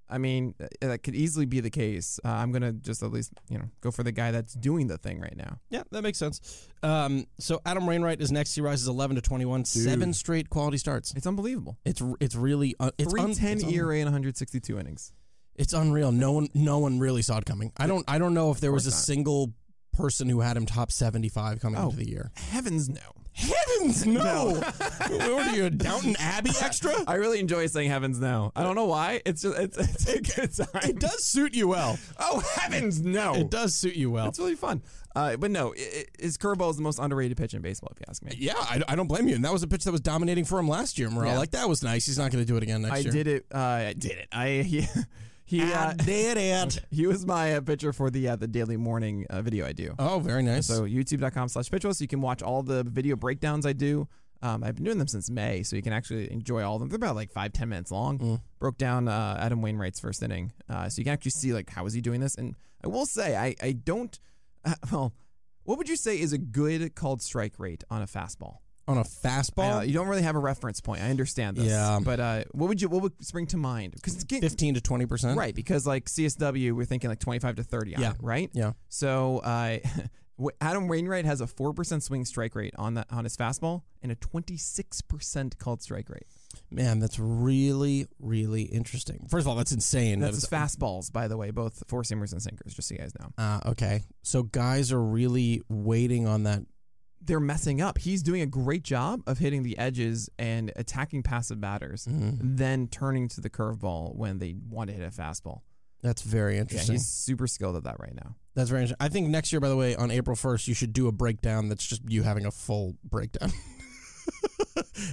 Speaker 2: I mean, uh, that could easily be the case. Uh, I'm going to just at least, you know, go for the guy that's doing the thing right now.
Speaker 1: Yeah, that makes sense. Um, so Adam Wainwright is next. He rises 11 to 21, seven straight quality starts.
Speaker 2: It's unbelievable. E
Speaker 1: It's it's really uh, it's un-
Speaker 2: 310
Speaker 1: it's un-
Speaker 2: ERA and 162 innings.
Speaker 1: It's unreal. No one no one really saw it coming. I don't I don't know if there was a
Speaker 2: course not.
Speaker 1: single person who had him top 75 coming
Speaker 2: Oh.
Speaker 1: into the year.
Speaker 2: Heavens no.
Speaker 1: Heavens no. [LAUGHS]
Speaker 2: [LAUGHS]
Speaker 1: what are you a Downton Abbey extra?
Speaker 2: I really enjoy saying heavens no. I don't know why. It's just it's, it's a good time.
Speaker 1: It does suit you well.
Speaker 2: Oh heavens no.
Speaker 1: It does suit you well.
Speaker 2: It's really fun. Uh, but no, i i his curveball is the most underrated pitch in baseball if you ask me.
Speaker 1: Yeah, I, I don't blame you. And that was a pitch that was dominating for him last year, Morel.
Speaker 2: Yeah.
Speaker 1: Like that was nice. He's not going to do it again next
Speaker 2: I
Speaker 1: year.
Speaker 2: did it. Uh, I did it. I [LAUGHS] he he, uh,
Speaker 1: did
Speaker 2: [LAUGHS]
Speaker 1: it.
Speaker 2: he was my uh, pitcher for the uh, the daily morning uh, video I do.
Speaker 1: Oh, very nice.
Speaker 2: So youtube.com slash pitchful, so you can watch all the video breakdowns I do. Um, I've been doing them since May, so you can actually enjoy all of them. They're about like five ten minutes long.
Speaker 1: Mm.
Speaker 2: Broke down uh, Adam Wainwright's first inning, uh, so you can actually see like how is he doing this. And I will say, I I don't. Uh, [LAUGHS] well, what would you say is a good called strike rate on a fastball?
Speaker 1: On a
Speaker 2: I know,
Speaker 1: fastball,
Speaker 2: Uh, you don't really have a reference point. I understand this.
Speaker 1: Yeah.
Speaker 2: But uh, what would you what would spring to mind? Because
Speaker 1: 15 to 20%.
Speaker 2: right, because like CSW, we're thinking like twenty five to thirty. On
Speaker 1: Yeah.
Speaker 2: it, right.
Speaker 1: Yeah.
Speaker 2: So uh, [LAUGHS] Adam Wainwright has a four percent swing strike rate on that on his fastball and a twenty six percent called strike rate.
Speaker 1: Man, that's really, really interesting. First of all, that's insane.
Speaker 2: That's
Speaker 1: that
Speaker 2: his fastballs, by the way, both four seamers and sinkers. Just so you guys know,
Speaker 1: Uh, okay. So guys are really waiting on that.
Speaker 2: they're messing up. He's doing a great job of hitting the edges and attacking passive batters,
Speaker 1: Mm-hmm.
Speaker 2: then turning to the curveball when they want to hit a fastball.
Speaker 1: That's very
Speaker 2: Yeah,
Speaker 1: interesting.
Speaker 2: he's super skilled at that right now.
Speaker 1: That's very interesting. I think next year, by the way, on April 1st, you should do a breakdown that's just you having a full breakdown. [LAUGHS]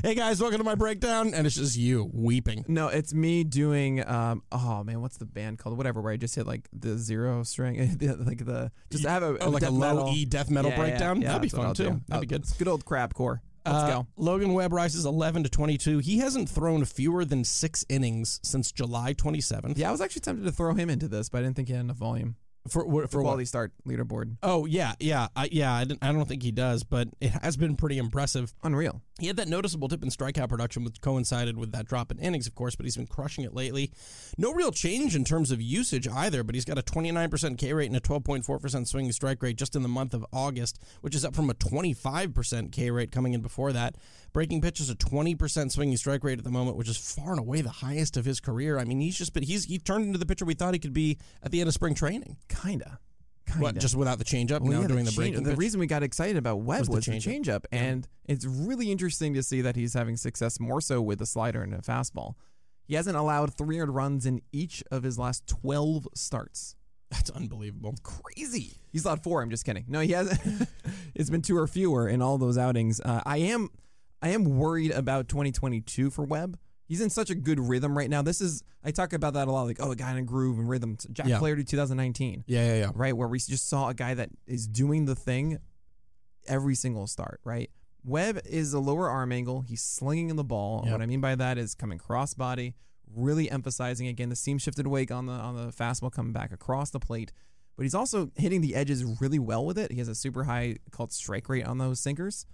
Speaker 1: hey guys, welcome to my breakdown. And it's just you weeping.
Speaker 2: No, it's me doing. Um, oh man, what's the band called? Whatever, where I just hit like the zero string, [LAUGHS] the- like the just have a
Speaker 1: Oh, like a
Speaker 2: death
Speaker 1: low
Speaker 2: metal.
Speaker 1: E death metal
Speaker 2: Yeah, yeah,
Speaker 1: breakdown?
Speaker 2: yeah,
Speaker 1: That'd be
Speaker 2: that's what
Speaker 1: fun
Speaker 2: I'll
Speaker 1: too.
Speaker 2: do.
Speaker 1: That'd be
Speaker 2: Uh,
Speaker 1: good.
Speaker 2: It's good old crab core. Let's
Speaker 1: Uh,
Speaker 2: go.
Speaker 1: Logan Webb rises 11 to 22. He hasn't thrown fewer than six innings since July 27th.
Speaker 2: Yeah, I was actually tempted to throw him into this, but I didn't think he had enough volume
Speaker 1: For, for,
Speaker 2: for
Speaker 1: for what?
Speaker 2: quality start leaderboard.
Speaker 1: Oh, yeah, yeah, I, yeah. I, didn't, I don't think he does, but it has been pretty impressive.
Speaker 2: Unreal.
Speaker 1: He had that noticeable dip in strikeout production, which coincided with that drop in innings, of course, but he's been crushing it lately. No real change in terms of usage either, but he's got a 29% K rate and a 12.4% swing strike rate just in the month of August, which is up from a 25% K rate coming in before that. Breaking pitch is a 20% swinging strike rate at the moment, which is far and away the highest of his career. I mean, he's just been, he's he turned into the pitcher we thought he could be at the end of spring training.
Speaker 2: Kinda. Kinda.
Speaker 1: What, just without the changeup,
Speaker 2: Well,
Speaker 1: now
Speaker 2: yeah,
Speaker 1: doing the,
Speaker 2: change-
Speaker 1: breaking
Speaker 2: The
Speaker 1: pitch?
Speaker 2: reason we got excited about Webb was,
Speaker 1: the
Speaker 2: the
Speaker 1: changeup.
Speaker 2: changeup, and it's really interesting to see that he's having success more so with a slider and a fastball. He hasn't allowed 300 runs in each of his last 12 starts.
Speaker 1: That's unbelievable.
Speaker 2: Crazy. He's allowed four. I'm just kidding. No, he hasn't. [LAUGHS] it's been two or fewer in all those outings. Uh, I am, I am worried about 2022 for Webb. He's in such a good rhythm right now. This is I talk about that a lot. Like, oh, a guy in a groove and rhythm. Jack
Speaker 1: Yeah.
Speaker 2: Flaherty, 2019
Speaker 1: Yeah, yeah, yeah.
Speaker 2: right? Where we just saw a guy that is doing the thing every single start, right? Webb is a lower arm angle. He's slinging the ball.
Speaker 1: Yep.
Speaker 2: What I mean by that is coming crossbody, really emphasizing again the seam shifted wake on the on the fastball coming back across the plate. But he's also hitting the edges really well with it. He has a super high called strike rate on those sinkers.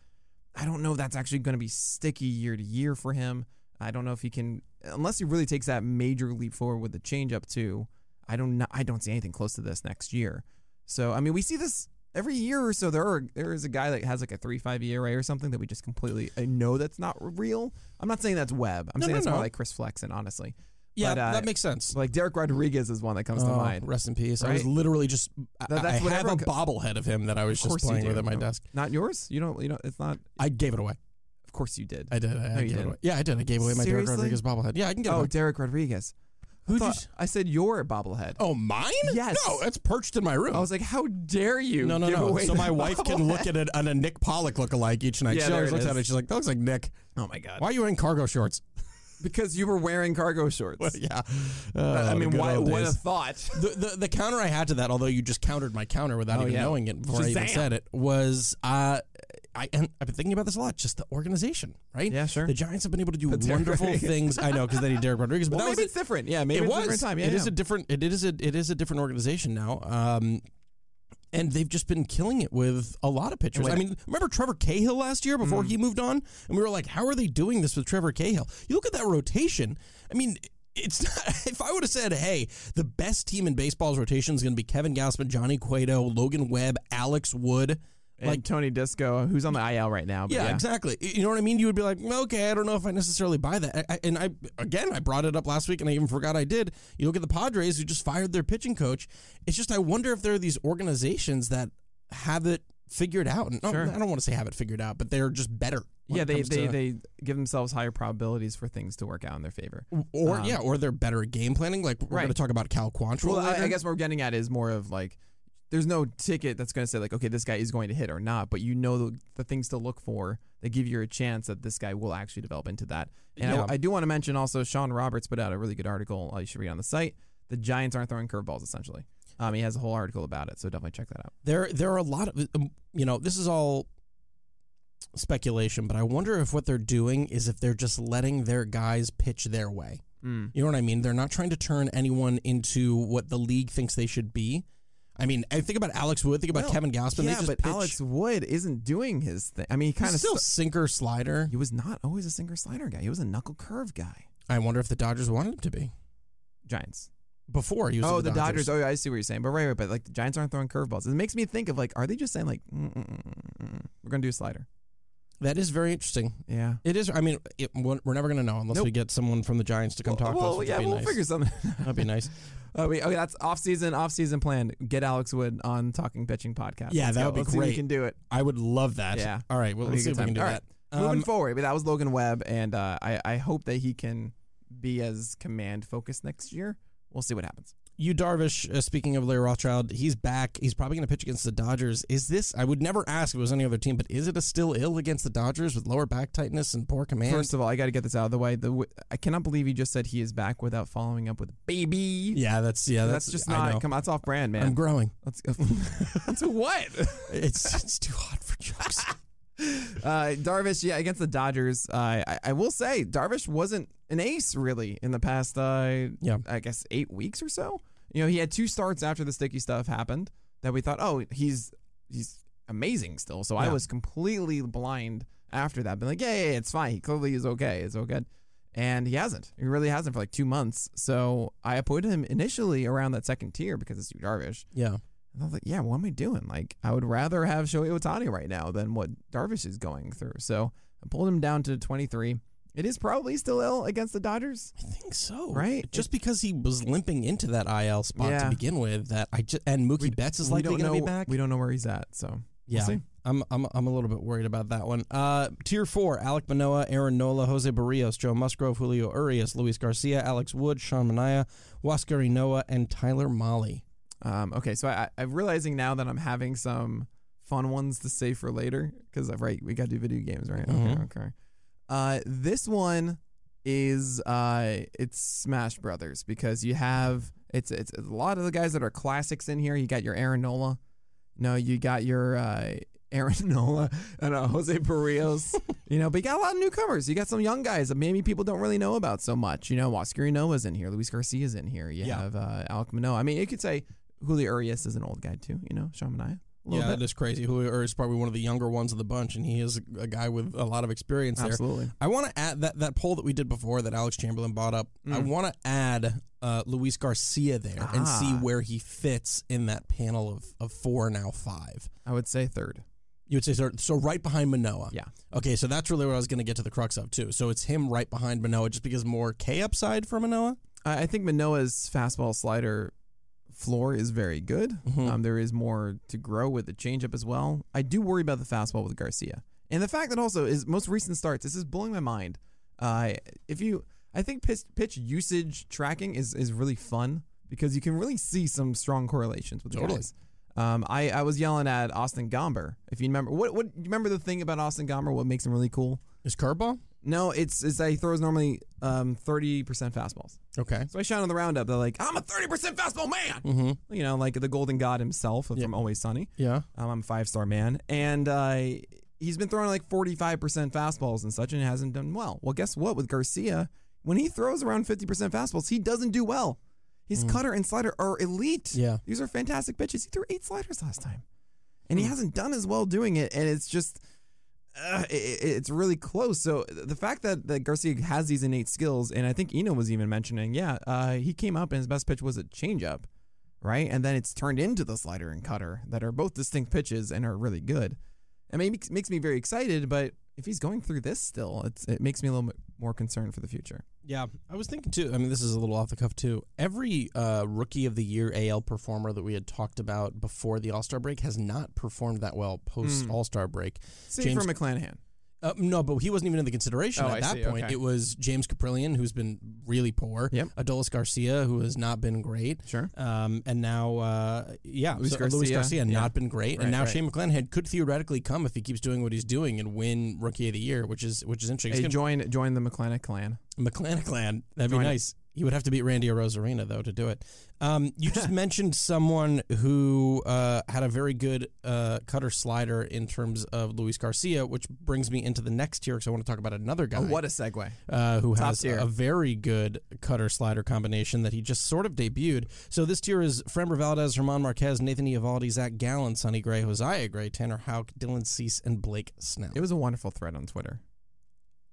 Speaker 2: I don't know if that's actually going to be sticky year to year for him. I don't know if he can, unless he really takes that major leap forward with the changeup too. I don't know. I don't see anything close to this next year. So I mean, we see this every year or so. There are there is a guy that has like a three five ERA or something that we just completely I know that's not real. I'm not saying that's Webb. I'm
Speaker 1: No,
Speaker 2: saying
Speaker 1: no,
Speaker 2: that's more
Speaker 1: no.
Speaker 2: like Chris Flexen, honestly.
Speaker 1: Yeah,
Speaker 2: But, uh,
Speaker 1: that makes sense.
Speaker 2: Like Derek Rodriguez is one that comes to
Speaker 1: Oh,
Speaker 2: mind.
Speaker 1: Rest in peace. I was
Speaker 2: Right?
Speaker 1: literally just. I-
Speaker 2: That- that's
Speaker 1: I
Speaker 2: what
Speaker 1: have a
Speaker 2: everyone co-
Speaker 1: bobblehead of him that I was
Speaker 2: Of
Speaker 1: just
Speaker 2: course you
Speaker 1: playing with
Speaker 2: do. Oh.
Speaker 1: at my
Speaker 2: No.
Speaker 1: desk.
Speaker 2: Not yours. You don't. You don't. It's not.
Speaker 1: I gave it away.
Speaker 2: Of course you did.
Speaker 1: I did. I, I
Speaker 2: you
Speaker 1: gave it
Speaker 2: didn't.
Speaker 1: away. Yeah, I did. I gave away my Derek
Speaker 2: Seriously?
Speaker 1: Rodriguez bobblehead. Yeah, I can get it.
Speaker 2: Oh,
Speaker 1: back.
Speaker 2: Derek Rodriguez.
Speaker 1: Who
Speaker 2: thought-
Speaker 1: just?
Speaker 2: I said your bobblehead.
Speaker 1: Oh, mine?
Speaker 2: Yes.
Speaker 1: No, it's perched in my room.
Speaker 2: I was like, how dare you?
Speaker 1: no, no,
Speaker 2: give
Speaker 1: no.
Speaker 2: away
Speaker 1: So
Speaker 2: the
Speaker 1: my wife
Speaker 2: [LAUGHS]
Speaker 1: can look at, it, at a Nick Pollock look-alike each night.
Speaker 2: Yeah,
Speaker 1: she
Speaker 2: there
Speaker 1: always
Speaker 2: it
Speaker 1: looks at
Speaker 2: is.
Speaker 1: it. She's like, that looks like Nick.
Speaker 2: Oh my god!
Speaker 1: Why are you wearing cargo shorts? [LAUGHS]
Speaker 2: Because you were wearing cargo shorts. [LAUGHS]
Speaker 1: yeah. Oh,
Speaker 2: I mean, why, what a
Speaker 1: The,
Speaker 2: [LAUGHS] thought.
Speaker 1: the the counter I had to that, although you just countered my counter without
Speaker 2: Oh,
Speaker 1: even
Speaker 2: yeah.
Speaker 1: knowing it before I even
Speaker 2: Shazam.
Speaker 1: said it, was uh, I and I've been thinking about this a lot. Just the organization, right?
Speaker 2: Yeah, sure.
Speaker 1: The Giants have been able to do
Speaker 2: [LAUGHS] Derek
Speaker 1: wonderful
Speaker 2: Rodriguez.
Speaker 1: things. I know because they need Derek Rodriguez, but
Speaker 2: Well,
Speaker 1: that
Speaker 2: maybe
Speaker 1: was
Speaker 2: it's different. Yeah, maybe
Speaker 1: it
Speaker 2: it's
Speaker 1: was.
Speaker 2: a different time. Yeah,
Speaker 1: it is
Speaker 2: yeah.
Speaker 1: a different. It is a. It is a different organization now. Um, and they've just been killing it with a lot of pitchers.
Speaker 2: Wait.
Speaker 1: I mean, remember Trevor Cahill last year before he moved on, and we were like, "How are they doing this with Trevor Cahill?" You look at that rotation. I mean. It's not, [LAUGHS] if I would have said, "Hey, the best team in baseball's rotation is going to be Kevin Gausman, Johnny Cueto, Logan Webb, Alex Wood,"
Speaker 2: And
Speaker 1: like
Speaker 2: Tony Disco, who's on the IL right now. but
Speaker 1: yeah, exactly. You know what I mean? You would be like, "Well, okay, I don't know if I necessarily buy that. I, I, and I, again, I brought it up last week and I even forgot I did. You look at the Padres who just fired their pitching coach. It's just, I wonder if there are these organizations that have it figured out. And, oh,
Speaker 2: Sure.
Speaker 1: I don't want to say have it figured out, but they're just better. when
Speaker 2: yeah,
Speaker 1: it
Speaker 2: they
Speaker 1: comes
Speaker 2: they,
Speaker 1: to-
Speaker 2: they give themselves higher probabilities for things to work out in their favor.
Speaker 1: Or,
Speaker 2: um,
Speaker 1: yeah, or they're better at game planning. Like, we're
Speaker 2: Right.
Speaker 1: going to talk about Cal Quantrill.
Speaker 2: Well, I, I
Speaker 1: later.
Speaker 2: guess what we're getting at is more of like, there's no ticket that's going to say like, okay, this guy is going to hit or not, but you know the, the things to look for that give you a chance that this guy will actually develop into that. And
Speaker 1: Yeah.
Speaker 2: I, I do want to mention also, Sean Roberts put out a really good article. Uh, you should read on the site. The Giants aren't throwing curveballs essentially. Um, he has a whole article about it, so definitely check that out.
Speaker 1: there there are a lot of um, you know this is all speculation but i wonder if what they're doing is if they're just letting their guys pitch their way
Speaker 2: Mm.
Speaker 1: you know what i mean they're not trying to turn anyone into what the league thinks they should be i mean i think about alex wood think about
Speaker 2: Well,
Speaker 1: kevin gausman they
Speaker 2: yeah,
Speaker 1: just
Speaker 2: but
Speaker 1: pitch.
Speaker 2: Alex Wood isn't doing his thing. I mean, he kind of
Speaker 1: still sinker slider
Speaker 2: he was not always a sinker slider guy. He was a knuckle curve guy.
Speaker 1: i wonder if the dodgers wanted him to be
Speaker 2: Giants.
Speaker 1: before he was
Speaker 2: Oh,
Speaker 1: with
Speaker 2: the Dodgers. Oh, yeah, I see what you're saying. But right, right, but like the Giants aren't throwing curveballs. It makes me think of like, are they just saying like, mm, mm, mm, mm, mm, we're gonna do a slider?
Speaker 1: that is very interesting
Speaker 2: Yeah.
Speaker 1: it is i mean it, we're we're never going to know unless
Speaker 2: Nope.
Speaker 1: we get someone from the giants to come talk
Speaker 2: well,
Speaker 1: to us which
Speaker 2: yeah,
Speaker 1: would be
Speaker 2: we'll
Speaker 1: nice.
Speaker 2: figure something. [LAUGHS]
Speaker 1: that'd be nice
Speaker 2: oh, wait, okay, that's off season. Off season plan. Get Alex Wood on Talking Pitching podcast.
Speaker 1: Yeah,
Speaker 2: Let's
Speaker 1: that
Speaker 2: go.
Speaker 1: would be
Speaker 2: Let's see if we
Speaker 1: great.
Speaker 2: can do it.
Speaker 1: I would love that.
Speaker 2: Yeah.
Speaker 1: All right. Well,
Speaker 2: That'd
Speaker 1: let's see
Speaker 2: be a
Speaker 1: if
Speaker 2: good
Speaker 1: we can
Speaker 2: time.
Speaker 1: do that.
Speaker 2: All Moving
Speaker 1: Um,
Speaker 2: forward, but that was Logan Webb, and uh, I I hope that he can be as command focused next year. We'll see what happens.
Speaker 1: you Darvish. Uh, speaking of Larry Rothschild, he's back. He's probably going to pitch against the Dodgers. Is this? I would never ask if it was any other team, but is it a still ill against the Dodgers with lower back tightness and poor command?
Speaker 2: First of all, I got to get this out of the way. The w- I cannot believe you just said he is back without following up with baby.
Speaker 1: yeah, that's yeah,
Speaker 2: that's, just not.
Speaker 1: I know.
Speaker 2: Come, that's off brand, man.
Speaker 1: I'm growing.
Speaker 2: Let's go. [LAUGHS] to what? [LAUGHS]
Speaker 1: It's it's too hot for jokes.
Speaker 2: Uh, Darvish, yeah, against the Dodgers. Uh, I, I will say, Darvish wasn't an ace really in the past, uh,
Speaker 1: Yeah.
Speaker 2: I guess, eight weeks or so. You know, he had two starts after the sticky stuff happened that we thought, oh, he's he's amazing still. So I
Speaker 1: Yeah.
Speaker 2: was completely blind after that, been like, yeah, yeah, yeah, it's fine. He clearly is okay. It's all good. And he hasn't. He really hasn't for like two months. So I appointed him initially around that second tier because it's Yu Darvish.
Speaker 1: yeah.
Speaker 2: And I was like, yeah, what am I doing? Like, I would rather have Shohei Otani right now than what Darvish is going through. So I pulled him down to 23. It is probably still ill against the Dodgers.
Speaker 1: I think so.
Speaker 2: Right?
Speaker 1: Just because he was limping into that IL spot to
Speaker 2: Yeah.
Speaker 1: begin with, that I just and Mookie Betts is
Speaker 2: we
Speaker 1: likely
Speaker 2: don't
Speaker 1: going to
Speaker 2: know.
Speaker 1: be back.
Speaker 2: We don't know where he's at. So
Speaker 1: Yeah.
Speaker 2: see.
Speaker 1: I'm, I'm, I'm a little bit worried about that one. Uh, tier four Alec Manoa, Aaron Nola, Jose Barrios, Joe Musgrove, Julio Urias, Luis Garcia, Alex Wood, Sean Mania, Waskari Noah, and Tyler Molly.
Speaker 2: Um, okay, so I, I- I'm realizing now that I'm having some fun ones to save for later because right, we got to do video games, right?
Speaker 1: Mhm.
Speaker 2: Okay, okay. Uh, this one is uh, it's Smash Brothers because you have it's it's a lot of the guys that are classics in here. You got your Aaron Nola, no, you got your uh, Aaron [LAUGHS] Nola and uh,
Speaker 1: [LAUGHS]
Speaker 2: Jose Barrios, you know, but you got a lot of newcomers. You got some young guys that maybe people don't really know about so much. You know, Oscar Noah's in here, Luis Garcia's in here. You
Speaker 1: Yeah.
Speaker 2: have uh, Alec Manoa. I mean, you could say Julio Urias is an old guy too. You know, Sean Mania. A little
Speaker 1: yeah,
Speaker 2: bit.
Speaker 1: that is crazy. Julio Urias is probably one of the younger ones of the bunch, and he is a, a guy with a lot of experience there.
Speaker 2: Absolutely.
Speaker 1: I want to add that, that poll that we did before that Alex Chamberlain bought up. I want to add uh, Luis Garcia there and see
Speaker 2: Ah.
Speaker 1: where he fits in that panel of, of four, now five.
Speaker 2: I would say third.
Speaker 1: You would say so, so right behind Manoa.
Speaker 2: Yeah.
Speaker 1: Okay, so that's really what I was going to get to the crux of too. So it's him right behind Manoa, just because more K upside for Manoa.
Speaker 2: I, I think Manoa's fastball slider floor is very good.
Speaker 1: Mhm.
Speaker 2: Um, there is more to grow with the changeup as well. I do worry about the fastball with Garcia, and the fact that also his most recent starts. This is blowing my mind. Uh, if you, I think pitch, pitch usage tracking is is really fun because you can really see some strong correlations with the
Speaker 1: Totally.
Speaker 2: guys. Um, I, I was yelling at Austin Gomber. If you remember, what what you remember the thing about Austin Gomber? What makes him really cool?
Speaker 1: Is curveball?
Speaker 2: No, it's it's that he throws normally um, thirty percent fastballs.
Speaker 1: Okay.
Speaker 2: So I shout on the roundup. They're like, I'm a thirty percent fastball man.
Speaker 1: Mm. Mm-hmm.
Speaker 2: You know, like the Golden God himself from Always Sunny.
Speaker 1: Yeah.
Speaker 2: Um, I'm a five star man, and uh, he's been throwing like 45% fastballs and such, and it hasn't done well. Well, guess what? With Garcia, when he throws around 50% fastballs, he doesn't do well. His cutter and slider are elite.
Speaker 1: Yeah.
Speaker 2: these are fantastic pitches. He threw eight sliders last time, and he hasn't done as well doing it. And it's just. Uh, it, it's really close. So the fact that, that Garcia has these innate skills, and I think Eno was even mentioning, yeah, uh, he came up and his best pitch was a changeup right? And then it's turned into the slider and cutter that are both distinct pitches and are really good. I mean, it makes- makes me very excited, but if he's going through this still, it's, it makes me a little bit more concerned for the future.
Speaker 1: Yeah, I was thinking too. I mean, this is a little off the cuff too. Every uh, rookie of the year AL performer that we had talked about before the All Star break has not performed that well post All Star break.
Speaker 2: Save
Speaker 1: James-
Speaker 2: for McClanahan.
Speaker 1: Uh, no, but he wasn't even in the consideration
Speaker 2: Oh,
Speaker 1: at
Speaker 2: I
Speaker 1: that
Speaker 2: see,
Speaker 1: point.
Speaker 2: okay.
Speaker 1: It was James Caprillion, who's been really poor.
Speaker 2: Yep.
Speaker 1: Adolis Garcia, who has not been great.
Speaker 2: Sure.
Speaker 1: Um, and now, uh, yeah,
Speaker 2: Luis
Speaker 1: so, uh, Luis
Speaker 2: Garcia,
Speaker 1: Garcia
Speaker 2: yeah.
Speaker 1: not been great. and
Speaker 2: Right,
Speaker 1: now
Speaker 2: right.
Speaker 1: Shane McClanahan could theoretically come if he keeps doing what he's doing and win Rookie of the Year, which is which is
Speaker 2: Hey,
Speaker 1: interesting. It's
Speaker 2: join join the McClanahan clan.
Speaker 1: gonna- McClanahan, that'd be
Speaker 2: Join it.
Speaker 1: nice. He would have to beat Randy Rosarina though to do it. Um, you
Speaker 2: [LAUGHS]
Speaker 1: just mentioned someone who uh, had a very good uh, cutter slider in terms of Luis Garcia, which brings me into the next tier because I want to talk about another guy
Speaker 2: Oh, what a segue.
Speaker 1: uh, who
Speaker 2: Top
Speaker 1: has
Speaker 2: tier.
Speaker 1: a very good cutter slider combination that he just sort of debuted. So this tier is Framber Valdez, Herman Marquez, Nathan Eovaldi, Zach Gallen, Sonny Gray, Josiah Gray, Tanner Houck, Dylan Cease, and Blake Snell.
Speaker 2: It was a wonderful thread on Twitter.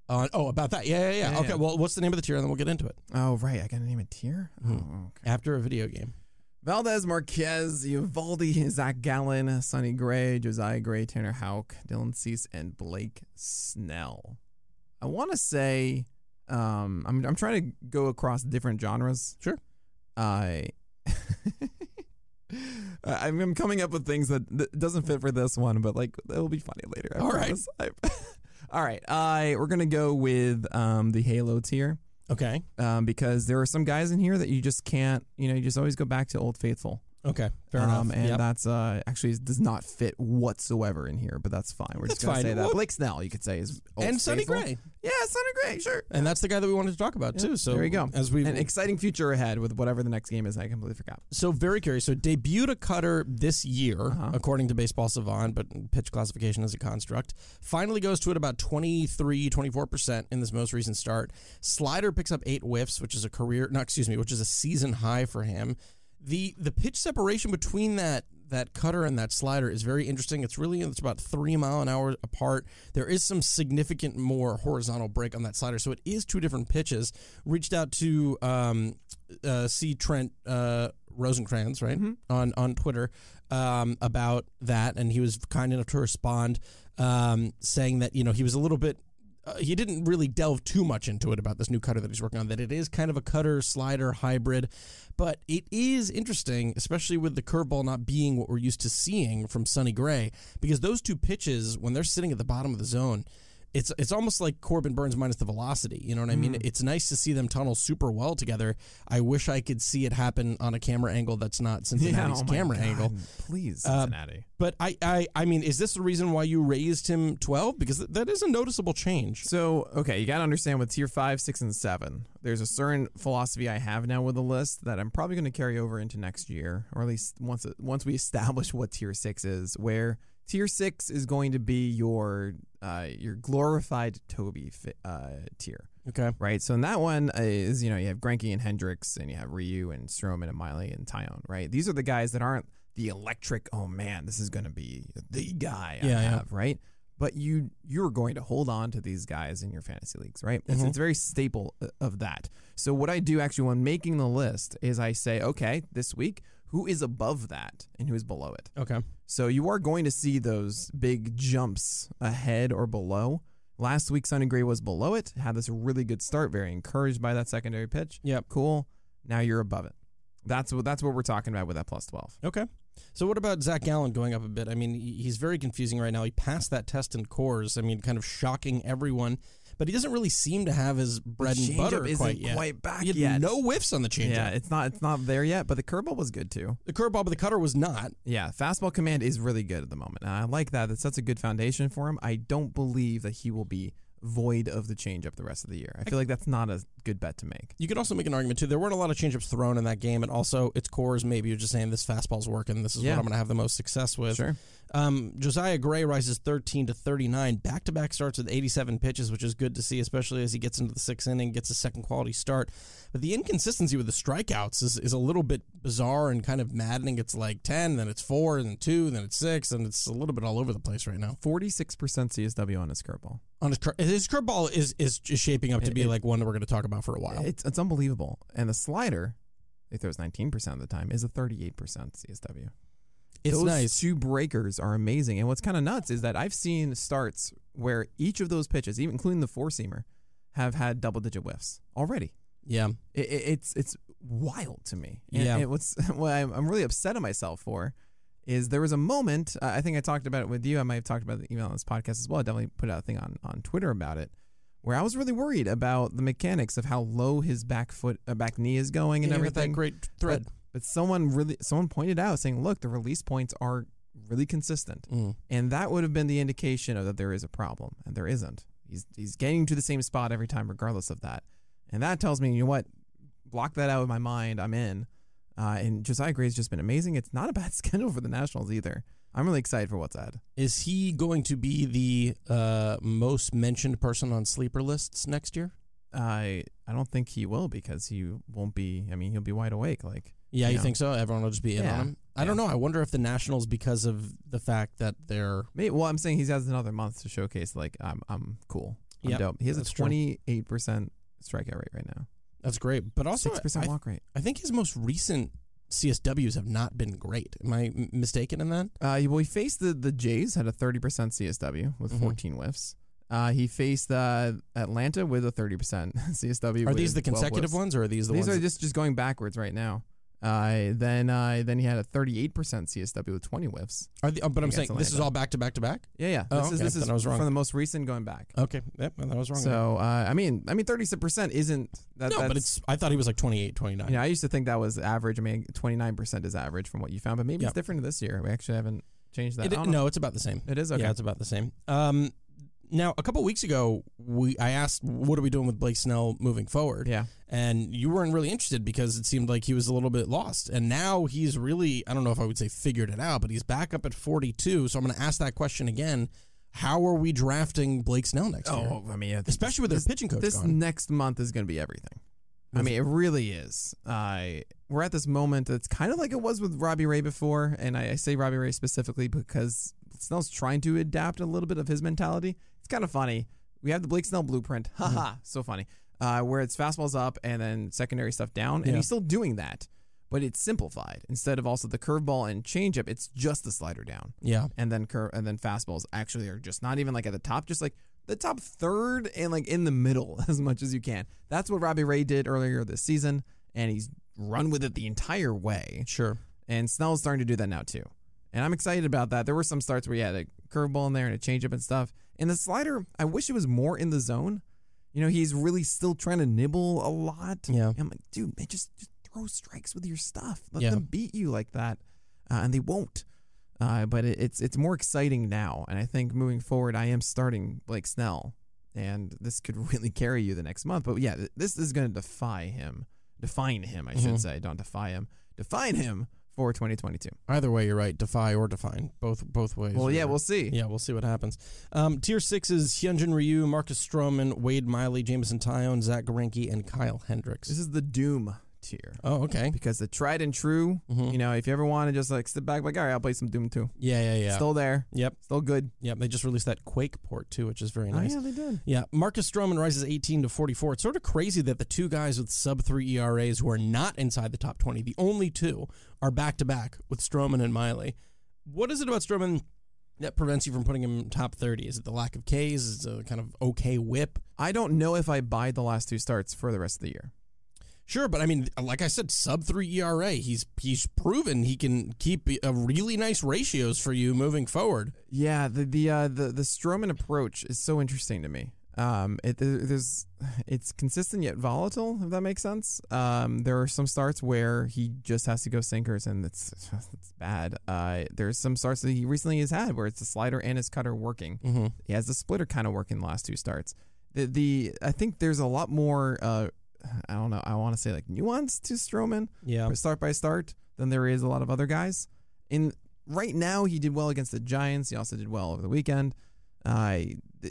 Speaker 1: Uh, oh, about that. Yeah, yeah, yeah.
Speaker 2: Yeah,
Speaker 1: okay,
Speaker 2: yeah.
Speaker 1: well, what's the name of the tier? And then we'll get into it
Speaker 2: Oh, right. I got to name a tier? Oh, okay.
Speaker 1: after a video game.
Speaker 2: Valdez, Marquez, Uvaldi, Zach Gallen, Sonny Gray, Josiah Gray, Tanner Houck, Dylan Cease, and Blake Snell. I want to say, um, I'm, I'm trying to go across different genres.
Speaker 1: Sure.
Speaker 2: I. [LAUGHS] I- I'm I'm coming up with things that, that doesn't fit for this one, but like it will be funny later. I
Speaker 1: All right.
Speaker 2: promise. I, [LAUGHS] all right. I we're gonna go with um, the Halo tier
Speaker 1: Okay.
Speaker 2: um, because there are some guys in here that you just can't. You know, you just always go back to Old Faithful.
Speaker 1: Okay. Fair
Speaker 2: Um,
Speaker 1: enough.
Speaker 2: and
Speaker 1: Yep.
Speaker 2: that's uh, actually does not fit whatsoever in here, but that's fine. We're
Speaker 1: That's
Speaker 2: just gonna
Speaker 1: fine.
Speaker 2: say that.
Speaker 1: Well-
Speaker 2: Blake Snell, you could say, is old
Speaker 1: and Sonny
Speaker 2: faithful.
Speaker 1: Gray.
Speaker 2: Yeah, Sonny Gray, sure.
Speaker 1: And that's the guy that we wanted to talk about too. So
Speaker 2: there you go.
Speaker 1: As we
Speaker 2: An exciting future ahead with whatever the next game is. I completely forgot.
Speaker 1: So very curious. So debuted a cutter this year, according to Baseball Savant, but pitch classification is a construct. Finally goes to it about 23, 24% in this most recent start. Slider picks up eight whiffs, which is a career, no, excuse me, which is a season high for him. The the pitch separation between that that cutter and that slider is very interesting. It's really it's about three mile an hour apart. There is some significant more horizontal break on that slider, so it is two different pitches. Reached out to um, uh, see Trent uh, Rosencrantz right on on Twitter um, about that, and he was kind enough to respond, um, saying that you know he was a little bit. Uh, he didn't really delve too much into it about this new cutter that he's working on. That it is kind of a cutter slider hybrid, but it is interesting, especially with the curveball not being what we're used to seeing from Sonny Gray, because those two pitches, when they're sitting at the bottom of the zone, it's it's almost like Corbin Burns minus the velocity. You know what I
Speaker 2: Hmm.
Speaker 1: mean? It's nice to see them tunnel super well together. I wish I could see it happen on a camera angle that's
Speaker 2: [LAUGHS]
Speaker 1: not Cincinnati's
Speaker 2: oh my
Speaker 1: camera
Speaker 2: God.
Speaker 1: angle.
Speaker 2: Please,
Speaker 1: Uh,
Speaker 2: Cincinnati.
Speaker 1: But I, I I mean, is this the reason why you raised him twelve? Because th- that is a noticeable change.
Speaker 2: So, okay, you got to understand with tier five, six, and seven, there's a certain philosophy I have now with the list that I'm probably going to carry over into next year, or at least once once we establish what tier six is, where tier six is going to be your uh, your glorified Toby fi- uh, tier.
Speaker 1: Okay.
Speaker 2: Right. So in that one is, you know, you have Granke and Hendricks and you have Ryu and Stroman and Miley and Tyone, right? These are the guys that aren't the electric, oh man, this is gonna be the guy I
Speaker 1: Yeah, yeah.
Speaker 2: have, right? But you you're going to hold on to these guys in your fantasy leagues, right? It's,
Speaker 1: Mm-hmm.
Speaker 2: it's very staple uh, of that. So what I do actually when making the list is I say, okay, this week, who is above that and who is below it?
Speaker 1: Okay.
Speaker 2: So you are going to see those big jumps ahead or below. Last week, Sonny Gray was below it, had this really good start, very encouraged by that secondary pitch.
Speaker 1: Yep.
Speaker 2: Cool. Now you're above it. That's what that's what we're talking about with that plus twelve.
Speaker 1: Okay. So what about Zach Gallen going up a bit? I mean, he- he's very confusing right now. He passed that test in cores. I mean, kind of shocking everyone. But but he doesn't really seem to have his bread and
Speaker 2: Changeup
Speaker 1: butter
Speaker 2: isn't
Speaker 1: quite yet.
Speaker 2: quite back
Speaker 1: he had
Speaker 2: yet.
Speaker 1: no whiffs on the changeup.
Speaker 2: Yeah, it's not it's not there yet, but the curveball was good too.
Speaker 1: The curveball, but the cutter was not.
Speaker 2: Yeah, fastball command is really good at the moment. And I like that. That sets a good foundation for him. I don't believe that he will be void of the changeup the rest of the year. I feel like that's not a good bet to make.
Speaker 1: You could also make an argument too. There weren't a lot of changeups thrown in that game, and also its cores. Maybe you're just saying this fastball's working. This is
Speaker 2: Yeah.
Speaker 1: what I'm going to have the most success with. Um, Josiah Gray rises 13 to 39. Back to back starts with 87 pitches, which is good to see, especially as he gets into the sixth inning, gets a second quality start. But the inconsistency with the strikeouts is, is a little bit bizarre and kind of maddening. It's like 10, then it's 4, then 2, then it's 6, and it's a little bit all over the place right now.
Speaker 2: 46% CSW on his curveball.
Speaker 1: On his, cur- his curveball is, is just shaping up to be like one that we're going to talk about for a while.
Speaker 2: It's, it's unbelievable. And the slider, he throws 19% of the time, is a 38% CSW.
Speaker 1: it's
Speaker 2: those
Speaker 1: nice.
Speaker 2: two breakers are amazing. And what's kind of nuts is that I've seen starts where each of those pitches, even including the four seamer, have had double digit whiffs already.
Speaker 1: yeah.
Speaker 2: It, it, it's it's wild to me. And
Speaker 1: Yeah.
Speaker 2: It, what's [LAUGHS] what I'm, I'm really upset at myself for is there was a moment. Uh, I think I talked about it with you. I might have talked about the email on this podcast as well. I definitely put out a thing on on Twitter about it. Where I was really worried about the mechanics of how low his back foot, uh, back knee is going, and
Speaker 1: Yeah, we got
Speaker 2: everything.
Speaker 1: That great thread.
Speaker 2: But, but someone really someone pointed out saying, "Look, the release points are really consistent,"
Speaker 1: Mm.
Speaker 2: and that would have been the indication of that there is a problem, and there isn't. He's he's getting to the same spot every time, regardless of that, and that tells me, you know what? Block that out of my mind. I'm in. Uh, and Josiah Gray's just been amazing. It's not a [LAUGHS] bad schedule for the Nationals either. I'm really excited for what's ahead.
Speaker 1: Is he going to be the uh, most mentioned person on sleeper lists next year?
Speaker 2: I I don't think he will because he won't be. I mean, he'll be wide awake. Like
Speaker 1: Yeah,
Speaker 2: you
Speaker 1: you
Speaker 2: know?
Speaker 1: think so? Everyone will just be in
Speaker 2: Yeah.
Speaker 1: on him. I don't know. I wonder if the Nationals, because of the fact that they're
Speaker 2: Maybe, well, I'm saying he has another month to showcase. Like I'm, I'm cool. I'm
Speaker 1: Yep,
Speaker 2: dope. He has a
Speaker 1: that's true.
Speaker 2: 28 percent strikeout rate right now.
Speaker 1: that's great, but also
Speaker 2: Six percent
Speaker 1: I,
Speaker 2: walk rate.
Speaker 1: I think his most recent CSWs have not been great. Am I m- mistaken in that?
Speaker 2: Uh, well, he faced the the Jays had a 30 percent CSW with
Speaker 1: Mhm.
Speaker 2: 14 whiffs. Uh, he faced uh, Atlanta with a 30 percent [LAUGHS] CSW.
Speaker 1: Are these the
Speaker 2: with 12
Speaker 1: consecutive
Speaker 2: whiffs.
Speaker 1: ones, or are these the
Speaker 2: These
Speaker 1: ones?
Speaker 2: are just just going backwards right now. Uh, then uh, then he had a 38 percent CSW with 20 whiffs.
Speaker 1: are the, oh, but I'm
Speaker 2: against
Speaker 1: saying this is
Speaker 2: Atlanta.
Speaker 1: all back to back to back.
Speaker 2: Yeah, yeah. This
Speaker 1: Oh,
Speaker 2: is
Speaker 1: okay.
Speaker 2: this is
Speaker 1: Then I was wrong.
Speaker 2: from the most recent going back.
Speaker 1: Okay, yep, well, that was wrong. then.
Speaker 2: So uh, I mean I mean 30 percent isn't that,
Speaker 1: no, but
Speaker 2: that's-
Speaker 1: it's. I thought he was like 28, 29.
Speaker 2: Yeah, I used to think that was average. I mean, twenty nine percent is average from what you found, but maybe
Speaker 1: Yeah.
Speaker 2: it's different this year. We actually haven't changed that.
Speaker 1: It-
Speaker 2: I don't know.
Speaker 1: no, it's about the same.
Speaker 2: it is okay.
Speaker 1: Yeah, it's about the same. Um, now, a couple weeks ago, we I asked, "What are we doing with Blake Snell moving forward?"
Speaker 2: Yeah.
Speaker 1: and you weren't really interested because it seemed like he was a little bit lost. And now he's really, I don't know if I would say figured it out, but he's back up at 42. So I'm going to ask that question again. How are we drafting Blake Snell next year?
Speaker 2: I mean,
Speaker 1: Especially with their
Speaker 2: Oh, this,
Speaker 1: pitching coach
Speaker 2: this
Speaker 1: gone.
Speaker 2: next month is going to be everything. I mean, it really is. I we're at this moment that's kind of like it was with Robbie Ray before, and I, I say Robbie Ray specifically because Snell's trying to adapt a little bit of his mentality. It's kind of funny. We have the Blake Snell blueprint, [LAUGHS]
Speaker 1: Mm-hmm.
Speaker 2: haha, so funny. Uh, where it's fastballs up and then secondary stuff down, and
Speaker 1: Yeah.
Speaker 2: he's still doing that, but it's simplified. Instead of also the curveball and changeup, it's just the slider down
Speaker 1: yeah.
Speaker 2: and then curve and then fastballs actually are just not even like at the top, just like the top third and like in the middle [LAUGHS] as much as you can. That's what Robbie Ray did earlier this season, and he's run with it the entire way.
Speaker 1: Sure.
Speaker 2: And Snell's starting to do that now too. And I'm excited about that. There were some starts where he had a curveball in there and a changeup and stuff. And the slider, I wish it was more in the zone. You know, he's really still trying to nibble a lot.
Speaker 1: Yeah.
Speaker 2: And I'm like, dude, man, just, just throw strikes with your stuff. Let
Speaker 1: Yeah.
Speaker 2: them beat you like that. Uh, and they won't. Uh, but it, it's it's more exciting now. And I think moving forward, I am starting Blake Snell. And this could [LAUGHS] really carry you the next month. But yeah, th- this is going to defy him. Define him, I
Speaker 1: Mm-hmm.
Speaker 2: should say. Don't defy him. Define him for 2022.
Speaker 1: Either way, you're right. Defy or define. Both both ways.
Speaker 2: Well, yeah,
Speaker 1: You're-
Speaker 2: we'll see.
Speaker 1: Yeah, we'll see what happens. Um, tier six is Hyunjin Ryu, Marcus Stroman, Wade Miley, Jameson Tyone, Zach Greinke, and Kyle Hendricks.
Speaker 2: This is the Doom tier
Speaker 1: Oh, okay.
Speaker 2: because the tried and true.
Speaker 1: Mhm.
Speaker 2: You know, if you ever want to just like sit back, like, all right, I'll play some Doom too.
Speaker 1: Yeah, yeah, yeah.
Speaker 2: Still there.
Speaker 1: Yep.
Speaker 2: Still good. Oh,
Speaker 1: Yep. They just released that Quake port too, which is very nice.
Speaker 2: they did.
Speaker 1: Yeah, Marcus Stroman rises 18 to 44. It's sort of crazy that the two guys with sub three ERAs who are not inside the top 20, the only two, are back to back with Stroman and Miley. What is it about Stroman that prevents you from putting him top 30? Is it the lack of Ks? Is it a kind of okay whip?
Speaker 2: I don't know if I buy the last two starts for the rest of the year.
Speaker 1: Sure, but I mean, like I said, sub three ERA. He's he's proven he can keep a really nice ratios for you moving forward.
Speaker 2: Yeah, the the uh, the the Stroman approach is so interesting to me. Um, it, there- there's, it's consistent yet volatile, if that makes sense. Um, there are some starts where he just has to go sinkers, and it's [LAUGHS] it's bad. Uh, there's some starts that he recently has had where it's a slider and his cutter working.
Speaker 1: Mm-hmm.
Speaker 2: He has the splitter kind of working the last two starts. The the I think there's a lot more. Uh, I don't know. I want to say like nuance to Stroman
Speaker 1: Yeah.
Speaker 2: but start by start than there is a lot of other guys. And right now, he did well against the Giants. He also did well over the weekend. Uh,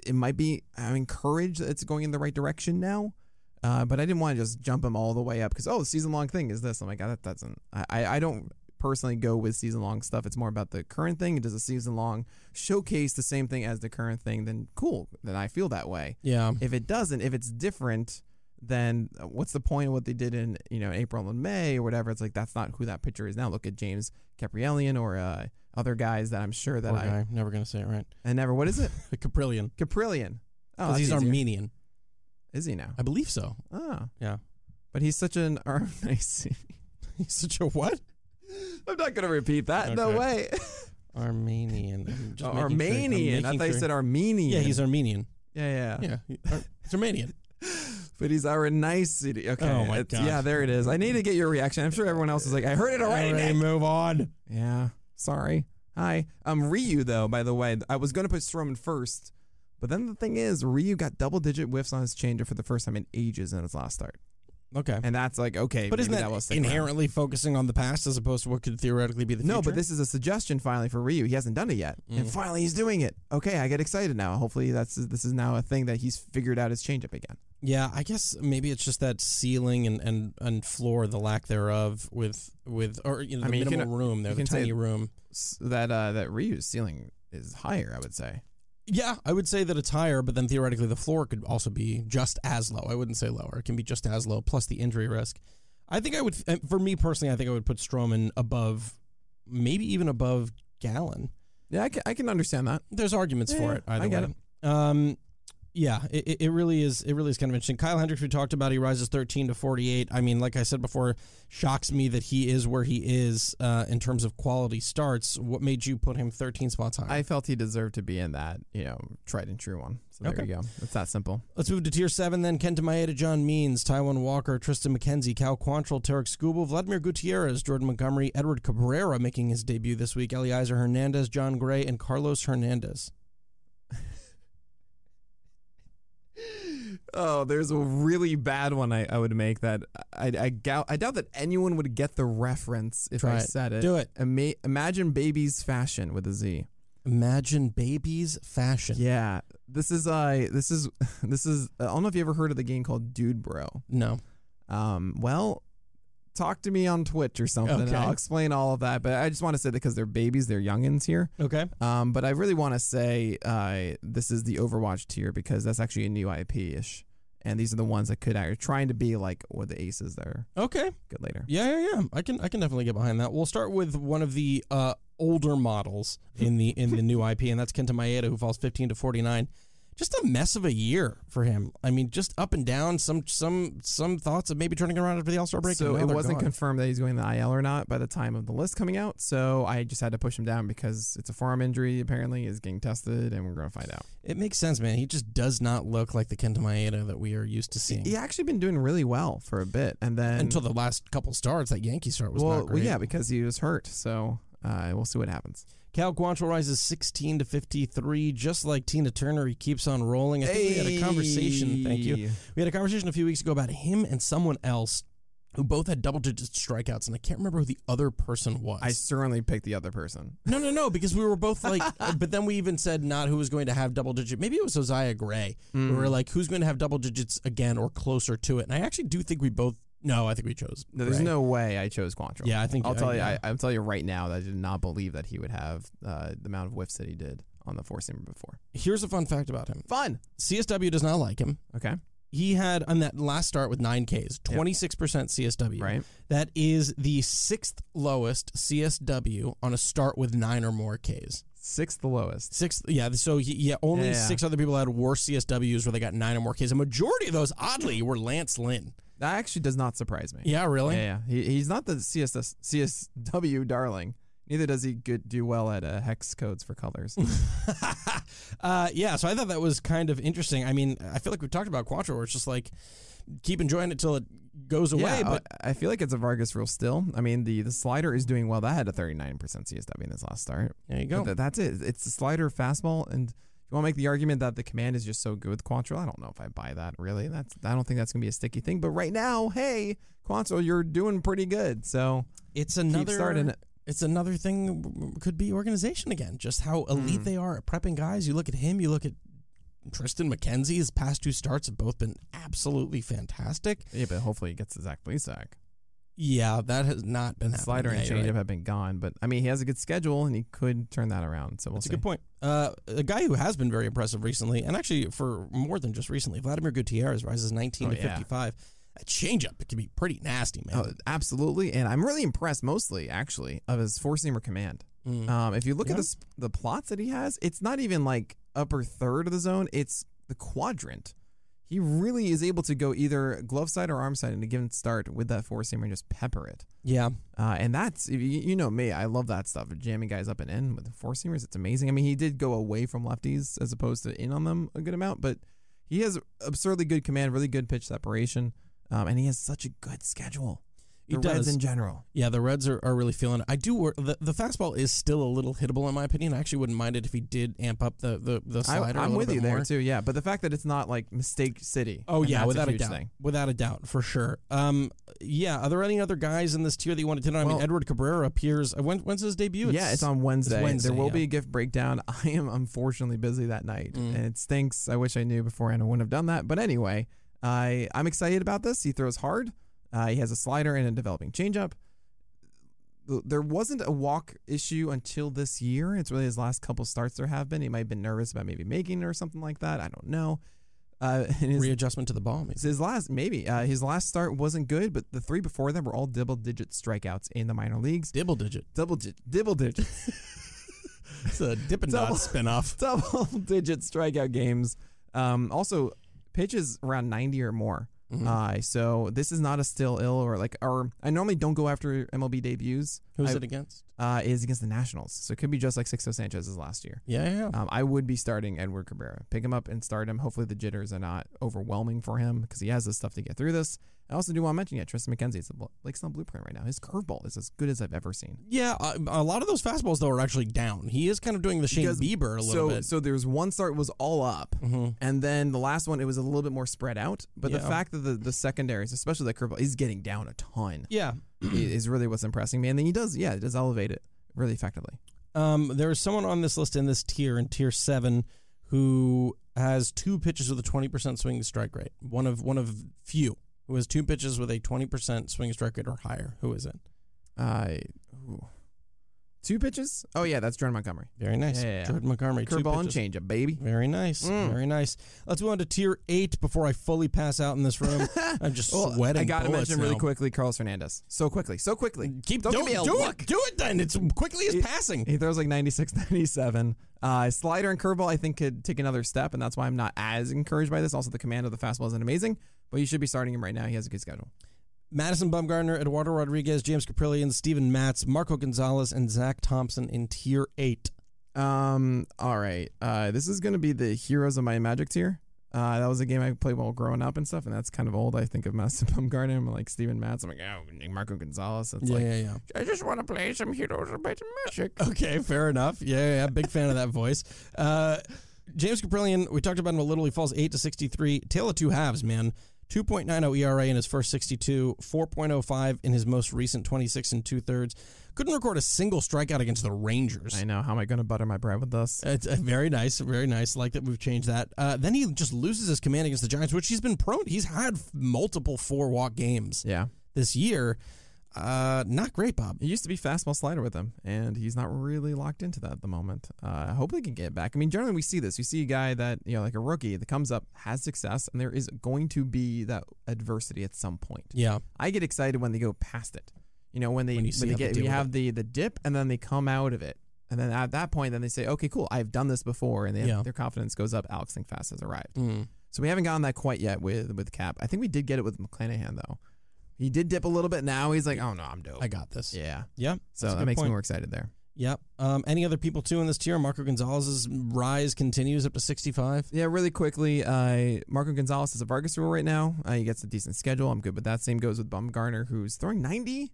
Speaker 2: it might be I'm encouraged that it's going in the right direction now, uh, but I didn't want to just jump him all the way up because oh, the season long thing is this. I'm like, "Ah, that doesn't. I- I I don't personally go with season long stuff. It's more about the current thing. Does the season long showcase the same thing as the current thing? Then cool. Then I feel that way
Speaker 1: Yeah.
Speaker 2: if it doesn't, if it's different, then uh, what's the point of what they did in you know April and May or whatever? It's like that's not who that pitcher is now. Look at James Caprielian or uh, other guys that I'm sure that
Speaker 1: Poor
Speaker 2: I
Speaker 1: guy. Never gonna say it [LAUGHS] right.
Speaker 2: I never. What is it?
Speaker 1: The Caprillion.
Speaker 2: Caprillion. Oh,
Speaker 1: Because
Speaker 2: that's
Speaker 1: he's
Speaker 2: easier.
Speaker 1: Armenian.
Speaker 2: Is he now?
Speaker 1: I believe so. [LAUGHS]
Speaker 2: Oh,
Speaker 1: Yeah.
Speaker 2: But he's such an [LAUGHS] Armenian.
Speaker 1: He's such a what?
Speaker 2: I'm not gonna repeat that. No
Speaker 1: Okay.
Speaker 2: way. [LAUGHS]
Speaker 1: Armenian. I'm [LAUGHS] just making sure-
Speaker 2: Oh,
Speaker 1: I'm
Speaker 2: Armenian. I
Speaker 1: making
Speaker 2: thought you
Speaker 1: sure-
Speaker 2: said Armenian. Oh.
Speaker 1: Yeah, he's Armenian.
Speaker 2: yeah, yeah.
Speaker 1: Yeah. he- Ar- It's
Speaker 2: [LAUGHS]
Speaker 1: Armenian.
Speaker 2: [GASPS] But he's our nice city. Okay.
Speaker 1: Oh, my
Speaker 2: It's- Yeah,
Speaker 1: gosh.
Speaker 2: there it is. I need to get your reaction. I'm sure everyone else is like, I heard it already.
Speaker 1: All
Speaker 2: Nick."
Speaker 1: right, move on.
Speaker 2: Yeah. Sorry. Hi. Um, Ryu, though, by the way, I was going to put Stroman first, but then the thing is, Ryu got double digit whiffs on his changeup for the first time in ages in his last start.
Speaker 1: Okay.
Speaker 2: And that's like, okay.
Speaker 1: But isn't
Speaker 2: maybe
Speaker 1: that,
Speaker 2: will stick around.
Speaker 1: inherently focusing on the past as opposed to what could theoretically be the future?
Speaker 2: No, but this is a suggestion finally for Ryu. He hasn't done it yet, and finally he's doing it. Okay, I get excited now. Hopefully, that's this is now a thing that he's figured out his changeup again.
Speaker 1: Yeah, I guess maybe it's just that ceiling and, and, and floor, the lack thereof, with with or you know
Speaker 2: I
Speaker 1: the
Speaker 2: mean, you can-
Speaker 1: minimal room there,
Speaker 2: you
Speaker 1: the
Speaker 2: can say-
Speaker 1: tiny room.
Speaker 2: S that uh, that Ryu's ceiling is higher, I would say.
Speaker 1: Yeah, I would say that it's higher, but then theoretically the floor could also be just as low. I wouldn't say lower; it can be just as low plus the injury risk. I think I would, uh, for me personally, I think I would put Stroman above, maybe even above Gallon.
Speaker 2: Yeah, I can, I can understand that.
Speaker 1: There's arguments
Speaker 2: Yeah,
Speaker 1: for it. Either
Speaker 2: I get
Speaker 1: way. Um, yeah, it, it- it really is. It really is kind of interesting. Kyle Hendricks, we talked about, he rises 13 to 48. I mean, like I said before, shocks me that he is where he is uh, in terms of quality starts. What made you put him 13 spots higher?
Speaker 2: I felt he deserved to be in that, you know, tried and true one. So there
Speaker 1: Okay.
Speaker 2: you go. It's that simple.
Speaker 1: Let's move to tier seven then. Kenta Maeda, John Means, Taiwan Walker, Tristan McKenzie, Cal Quantrill, Tarek Skubal, Vladimir Gutierrez, Jordan Montgomery, Edward Cabrera making his debut this week, Eliezer Hernandez, John Gray, and Carlos Hernandez.
Speaker 2: Oh, there's a really bad one I, I would make that I I, gou- I doubt that anyone would get the reference if
Speaker 1: Try
Speaker 2: I
Speaker 1: it.
Speaker 2: said it.
Speaker 1: Do it.
Speaker 2: Ima- imagine baby's fashion with a Z.
Speaker 1: Imagine babies fashion.
Speaker 2: Yeah, this is uh this is [LAUGHS] this is I don't know if you ever heard of the game called Dude Bro.
Speaker 1: No.
Speaker 2: Um, well, talk to me on Twitch or something. And
Speaker 1: Okay.
Speaker 2: I'll explain all of that. But I just want to say that because they're babies, they're youngins here.
Speaker 1: Okay.
Speaker 2: Um, but I really want to say uh, this is the Overwatch tier because that's actually a new IP ish, and these are the ones that could are trying to be like what the aces there.
Speaker 1: Okay.
Speaker 2: Good later.
Speaker 1: Yeah, yeah, yeah. I can I can definitely get behind that. We'll start with one of the uh, older models in the in the new IP, and that's Kenta Maeda, who falls fifteen to forty nine. Just a mess of a year for him. I mean, just up and down. Some some some thoughts of maybe turning around after the All Star break.
Speaker 2: So
Speaker 1: and now
Speaker 2: it
Speaker 1: they're
Speaker 2: wasn't
Speaker 1: gone.
Speaker 2: confirmed that he's going to the IL or not by the time of the list coming out. So I just had to push him down because it's a forearm injury. Apparently, is getting tested, and we're gonna find out.
Speaker 1: it makes sense, man. He just does not look like the Kenta Maeda that we are used to seeing.
Speaker 2: He actually been doing really well for a bit, and then
Speaker 1: Until the last couple starts, that Yankee start was
Speaker 2: well,
Speaker 1: not
Speaker 2: well,
Speaker 1: great.
Speaker 2: yeah, because he was hurt. So uh, we'll see what happens.
Speaker 1: Cal Quantrill rises 16 to 53, just like Tina Turner. He keeps on rolling. I think we had a conversation. Thank you.
Speaker 2: Hey.
Speaker 1: We had a conversation a few weeks ago about him and someone else who both had double digit strikeouts, and I can't remember who the other person was.
Speaker 2: I certainly picked the other person.
Speaker 1: no, no, no, because we were both
Speaker 2: [LAUGHS]
Speaker 1: like, but then we even said not who was going to have double digit. Maybe it was Josiah Gray.
Speaker 2: Hmm.
Speaker 1: We were like, who's going to have double digits again or closer to it? And I actually do think we both. No, I think we chose.
Speaker 2: No, there's
Speaker 1: Gray.
Speaker 2: no way I chose Quantrill.
Speaker 1: Yeah, I think-
Speaker 2: I'll
Speaker 1: I-
Speaker 2: tell you.
Speaker 1: yeah.
Speaker 2: I, I'll tell you right now that I did not believe that he would have uh, the amount of whiffs that he did on the four seamer before.
Speaker 1: Here's a fun fact about him
Speaker 2: Fun.
Speaker 1: CSW does not like him.
Speaker 2: Okay.
Speaker 1: He had on that last start with nine Ks, 26% CSW.
Speaker 2: Right.
Speaker 1: That is the sixth lowest CSW on a start with nine or more Ks.
Speaker 2: Sixth, the lowest.
Speaker 1: Six, yeah. So he, yeah, only
Speaker 2: Yeah.
Speaker 1: six other people had worse CSWs where they got nine or more Ks. A majority of those, oddly, were Lance Lynn.
Speaker 2: That actually does not surprise me.
Speaker 1: Yeah, really.
Speaker 2: Yeah. yeah. He, he's not the CSS, CSW darling. Neither does he good, do well at uh, hex codes for colors.
Speaker 1: Uh, yeah, so I thought that was kind of interesting. I mean, I feel like we've talked about Quattro, where it's just like keep enjoying it till it goes away.
Speaker 2: Yeah, uh,
Speaker 1: but
Speaker 2: I I feel like it's a Vargas rule still. I mean, the, the slider is doing well. That had a 39% CSW in his last start.
Speaker 1: there you
Speaker 2: But
Speaker 1: go.
Speaker 2: th- that's it. It's the slider fastball. And you want to make the argument that the command is just so good with Quantrill? I don't know if I buy that really. That's I don't think that's going to be a sticky thing. But right now, hey, Quantrill, you're doing pretty good. So
Speaker 1: It's another
Speaker 2: starting it.
Speaker 1: It's another thing could be organization again. Just how elite
Speaker 2: Hmm.
Speaker 1: they are at prepping guys. You look at him. You look at Tristan McKenzie. His past two starts have both been absolutely fantastic.
Speaker 2: yeah, but hopefully he gets to Zach Plesac.
Speaker 1: Yeah, that has not been happening.
Speaker 2: Slider and
Speaker 1: Yeah, you're right.
Speaker 2: changeup have been gone, but I mean he has a good schedule and he could turn that around. So we'll
Speaker 1: That's
Speaker 2: see.
Speaker 1: a good point. Uh, a guy who has been very impressive recently, and actually for more than just recently, Vladimir Gutierrez rises 19
Speaker 2: Oh,
Speaker 1: to
Speaker 2: yeah.
Speaker 1: 55. That changeup it can be pretty nasty, man.
Speaker 2: Oh, absolutely, and I'm really impressed, mostly actually, of his four seamer command.
Speaker 1: Mm.
Speaker 2: Um, if you look
Speaker 1: Yeah.
Speaker 2: at the sp- the plots that he has, it's not even like upper third of the zone; it's the quadrant. He really is able to go either glove side or arm side in a given start with that four seamer and just pepper it.
Speaker 1: yeah,
Speaker 2: Uh, and that's if you, you know me, I love that stuff. Jamming guys up and in with the four seamers, it's amazing. I mean, he did go away from lefties as opposed to in on them a good amount, but he has absurdly good command, really good pitch separation, um, and he has such a good schedule.
Speaker 1: He
Speaker 2: The Reds
Speaker 1: does.
Speaker 2: in general.
Speaker 1: yeah. The Reds are, are really feeling it. I do. Wor- the, the fastball is still a little hittable, in my opinion. I actually wouldn't mind it if he did amp up the the, the
Speaker 2: I,
Speaker 1: slider. a
Speaker 2: I'm
Speaker 1: little
Speaker 2: with
Speaker 1: bit
Speaker 2: you
Speaker 1: more.
Speaker 2: there too. Yeah, but the fact that it's not like mistake city.
Speaker 1: Oh
Speaker 2: and
Speaker 1: yeah,
Speaker 2: that's
Speaker 1: without a,
Speaker 2: huge
Speaker 1: doubt,
Speaker 2: thing.
Speaker 1: without a doubt, for sure. Um, yeah. Are there any other guys in this tier that you wanted to know? I mean,
Speaker 2: Well-
Speaker 1: Edward Cabrera appears. uh, When, when's his debut?
Speaker 2: yeah, it's on Wednesday.
Speaker 1: Wednesday,
Speaker 2: there will
Speaker 1: yeah.
Speaker 2: be a gift breakdown. [LAUGHS] I am unfortunately busy that night, and it stinks. I wish I knew beforehand. I wouldn't have done that. But anyway, I I'm excited about this. He throws hard. Uh, he has a slider and a developing changeup. Th- There wasn't a walk issue until this year. It's really his last couple starts there have been. He might have been nervous about maybe making it or something like that. I don't know. Uh, [LAUGHS] and his
Speaker 1: readjustment to the ball. maybe.
Speaker 2: So his last maybe uh, his last start wasn't good, but the three before them were all double digit strikeouts in the minor leagues.
Speaker 1: Dibble digit.
Speaker 2: Double di- double digit
Speaker 1: It's a
Speaker 2: [LAUGHS]
Speaker 1: dip and
Speaker 2: Double-
Speaker 1: dot spinoff.
Speaker 2: double digit strikeout games. Um, also pitches around ninety or more.
Speaker 1: Mm-hmm.
Speaker 2: Uh, so this is not a still ill or like or I normally don't go after MLB debuts.
Speaker 1: Who's
Speaker 2: I-
Speaker 1: it against?
Speaker 2: Uh, it is against the Nationals, so it could be just like Sixto Sanchez's last year.
Speaker 1: Yeah, yeah, yeah.
Speaker 2: Um, I would be starting Edward Cabrera. Pick him up and start him. Hopefully the jitters are not overwhelming for him because he has this stuff to get through this. I also do want to mention, yeah, Tristan McKenzie. It's the Bl- Lakeside blueprint right now. His curveball is as good as I've ever seen.
Speaker 1: Yeah, a, a lot of those fastballs though are actually down. He is kind of doing the Shane
Speaker 2: Because-
Speaker 1: Bieber a little
Speaker 2: So,
Speaker 1: bit. Mm-hmm.
Speaker 2: so there's one start was all up, and then the last one it was a little bit more spread out. But the
Speaker 1: Yeah.
Speaker 2: fact that the, the secondaries, especially that curveball, is getting down a
Speaker 1: [CLEARS THROAT]
Speaker 2: ton,
Speaker 1: Yeah.
Speaker 2: i- is really what's impressing me. And then he does, yeah, it does elevate it really effectively.
Speaker 1: Um, there is someone on this list in this tier in tier seven who has two pitches with a twenty percent swing to strike rate. One of one of few who has two pitches with a twenty percent swing to strike rate or higher. Who is it?
Speaker 2: Uh, ooh. two pitches. Oh yeah, that's Jordan Montgomery.
Speaker 1: Very nice,
Speaker 2: Yeah, yeah, yeah.
Speaker 1: Jordan Montgomery. two
Speaker 2: Curveball and Mm.
Speaker 1: pitches.
Speaker 2: changeup, baby.
Speaker 1: Very nice, very nice. Let's move on to tier eight before I fully pass out in this
Speaker 2: [LAUGHS]
Speaker 1: room. I'm just
Speaker 2: Well,
Speaker 1: sweating.
Speaker 2: Oh, I gotta
Speaker 1: bullets
Speaker 2: mention really
Speaker 1: now.
Speaker 2: quickly Carlos Hernandez. So quickly, so quickly.
Speaker 1: Keep
Speaker 2: Don't
Speaker 1: don't,
Speaker 2: give me a
Speaker 1: do
Speaker 2: look.
Speaker 1: it. Do it then. It's quickly as passing.
Speaker 2: He throws like [LAUGHS] 96, 97. Uh, slider and curveball, I think, could take another step, and that's why I'm not as encouraged by this. Also, the command of the fastball isn't amazing, but you should be starting him right now. He has a good schedule.
Speaker 1: Madison Bumgarner, Eduardo Rodriguez, James Caprillion, Steven Matz, Marco Gonzalez, and Zach Thompson in tier eight.
Speaker 2: Um, all right. Uh, this is gonna be the heroes of my magic tier. Uh, that was a game I played while growing up and stuff, and that's kind of old. I think of [LAUGHS] Madison Bumgarner, I'm like Steven Matz. I'm like, oh, Marco Gonzalez. It's like,
Speaker 1: yeah, yeah.
Speaker 2: I just want to play some heroes of my magic.
Speaker 1: Okay, fair enough. Yeah, yeah, yeah. Big fan of that voice. Uh, James Caprillion, we talked about him a little. He falls 8 to 63. Tail of two halves, man. 2.90 ERA E in his first 62, 4.05 in his most recent 26 and two thirds. Couldn't record a single strikeout against the Rangers.
Speaker 2: I know. How am I gonna butter my bread with this?
Speaker 1: It's uh, very nice, very nice. Like that we've changed that. Uh, then he just loses his command against the Giants, which he's been prone. He's had f- multiple four walk games
Speaker 2: Yeah.
Speaker 1: this year. Uh, not great, Bob.
Speaker 2: It used to be fastball slider with him, and he's not really locked into that at the moment. Uh, I hope they can get it back. I mean, generally we see this. We see a guy that you know, like a rookie, that comes up, has success, and there is going to be that adversity at some point.
Speaker 1: Yeah,
Speaker 2: I get excited when they go past it. You know, when they
Speaker 1: When
Speaker 2: when,
Speaker 1: you see
Speaker 2: they
Speaker 1: how they
Speaker 2: get
Speaker 1: deal
Speaker 2: you
Speaker 1: with
Speaker 2: have the the dip, and then they come out of it, and then at that point, then they say, okay, cool, I've done this before, and they
Speaker 1: Yeah. Hmm.
Speaker 2: their confidence goes up. Alex Fast has arrived. So we haven't gotten that quite yet with with Cap. I think we did get it with McClanahan though. He did dip a little bit. Now he's like, oh no, I'm dope.
Speaker 1: I got this.
Speaker 2: yeah.
Speaker 1: yeah.
Speaker 2: So
Speaker 1: that's a
Speaker 2: that
Speaker 1: good
Speaker 2: makes me
Speaker 1: point.
Speaker 2: more excited there.
Speaker 1: Yep. Um, any other people too in this tier? Marco Gonzalez's rise continues up to 65.
Speaker 2: Yeah, really quickly, uh, Marco Gonzalez is a Vargas rule right now. Uh, he gets a decent schedule. I'm good with that. Same goes with Bumgarner, who's throwing 90.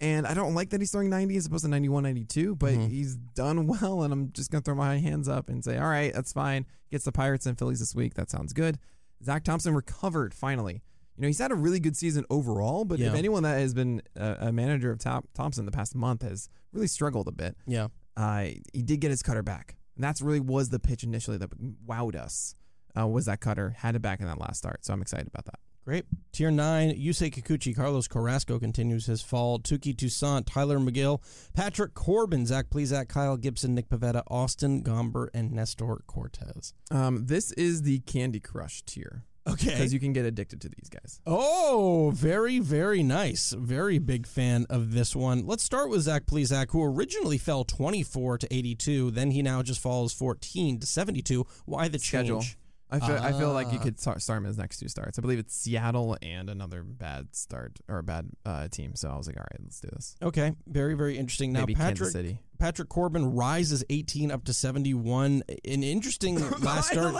Speaker 2: And I don't like that he's throwing 90 as opposed to 91, 92, but
Speaker 1: Mhm.
Speaker 2: he's done [LAUGHS] well. And I'm just going to throw my hands up and say, all right, that's fine. Gets the Pirates and Phillies this week. That sounds good. Zach Thompson recovered finally. You know, he's had a really good season overall, but
Speaker 1: Yeah.
Speaker 2: if anyone that has been a, a manager of Tom, Thompson the past month has really struggled a bit
Speaker 1: Yeah.
Speaker 2: uh, he did get his cutter back. And that's really was the pitch initially that wowed us. Uh, was that cutter had it back in that last start, so I'm excited about that.
Speaker 1: Great. Tier 9, Yusei Kikuchi, Carlos Carrasco continues his fall. Tuki Toussaint, Tyler McGill, Patrick Corbin, Zach Plezak, Kyle Gibson, Nick Pavetta, Austin Gomber, and Nestor Cortez.
Speaker 2: Um, this is the Candy Crush tier
Speaker 1: Okay.
Speaker 2: because you can get addicted to these guys.
Speaker 1: Oh, very, very nice. Very big fan of this one. Let's start with Zach Plezak, who originally fell 24 to 82. Then he now just falls 14 to 72. Why the
Speaker 2: Schedule.
Speaker 1: change?
Speaker 2: I feel, I feel like you
Speaker 1: Ah.
Speaker 2: could start, start him in his next two starts. I believe it's Seattle and another bad start or a bad uh, team. So I was like, all right, let's do this.
Speaker 1: Okay, very, very interesting. Now,
Speaker 2: Maybe Kansas
Speaker 1: Patrick
Speaker 2: [COUGHS] City.
Speaker 1: Patrick Corbin rises 18 up to 71. An
Speaker 2: [LAUGHS]
Speaker 1: interesting last start.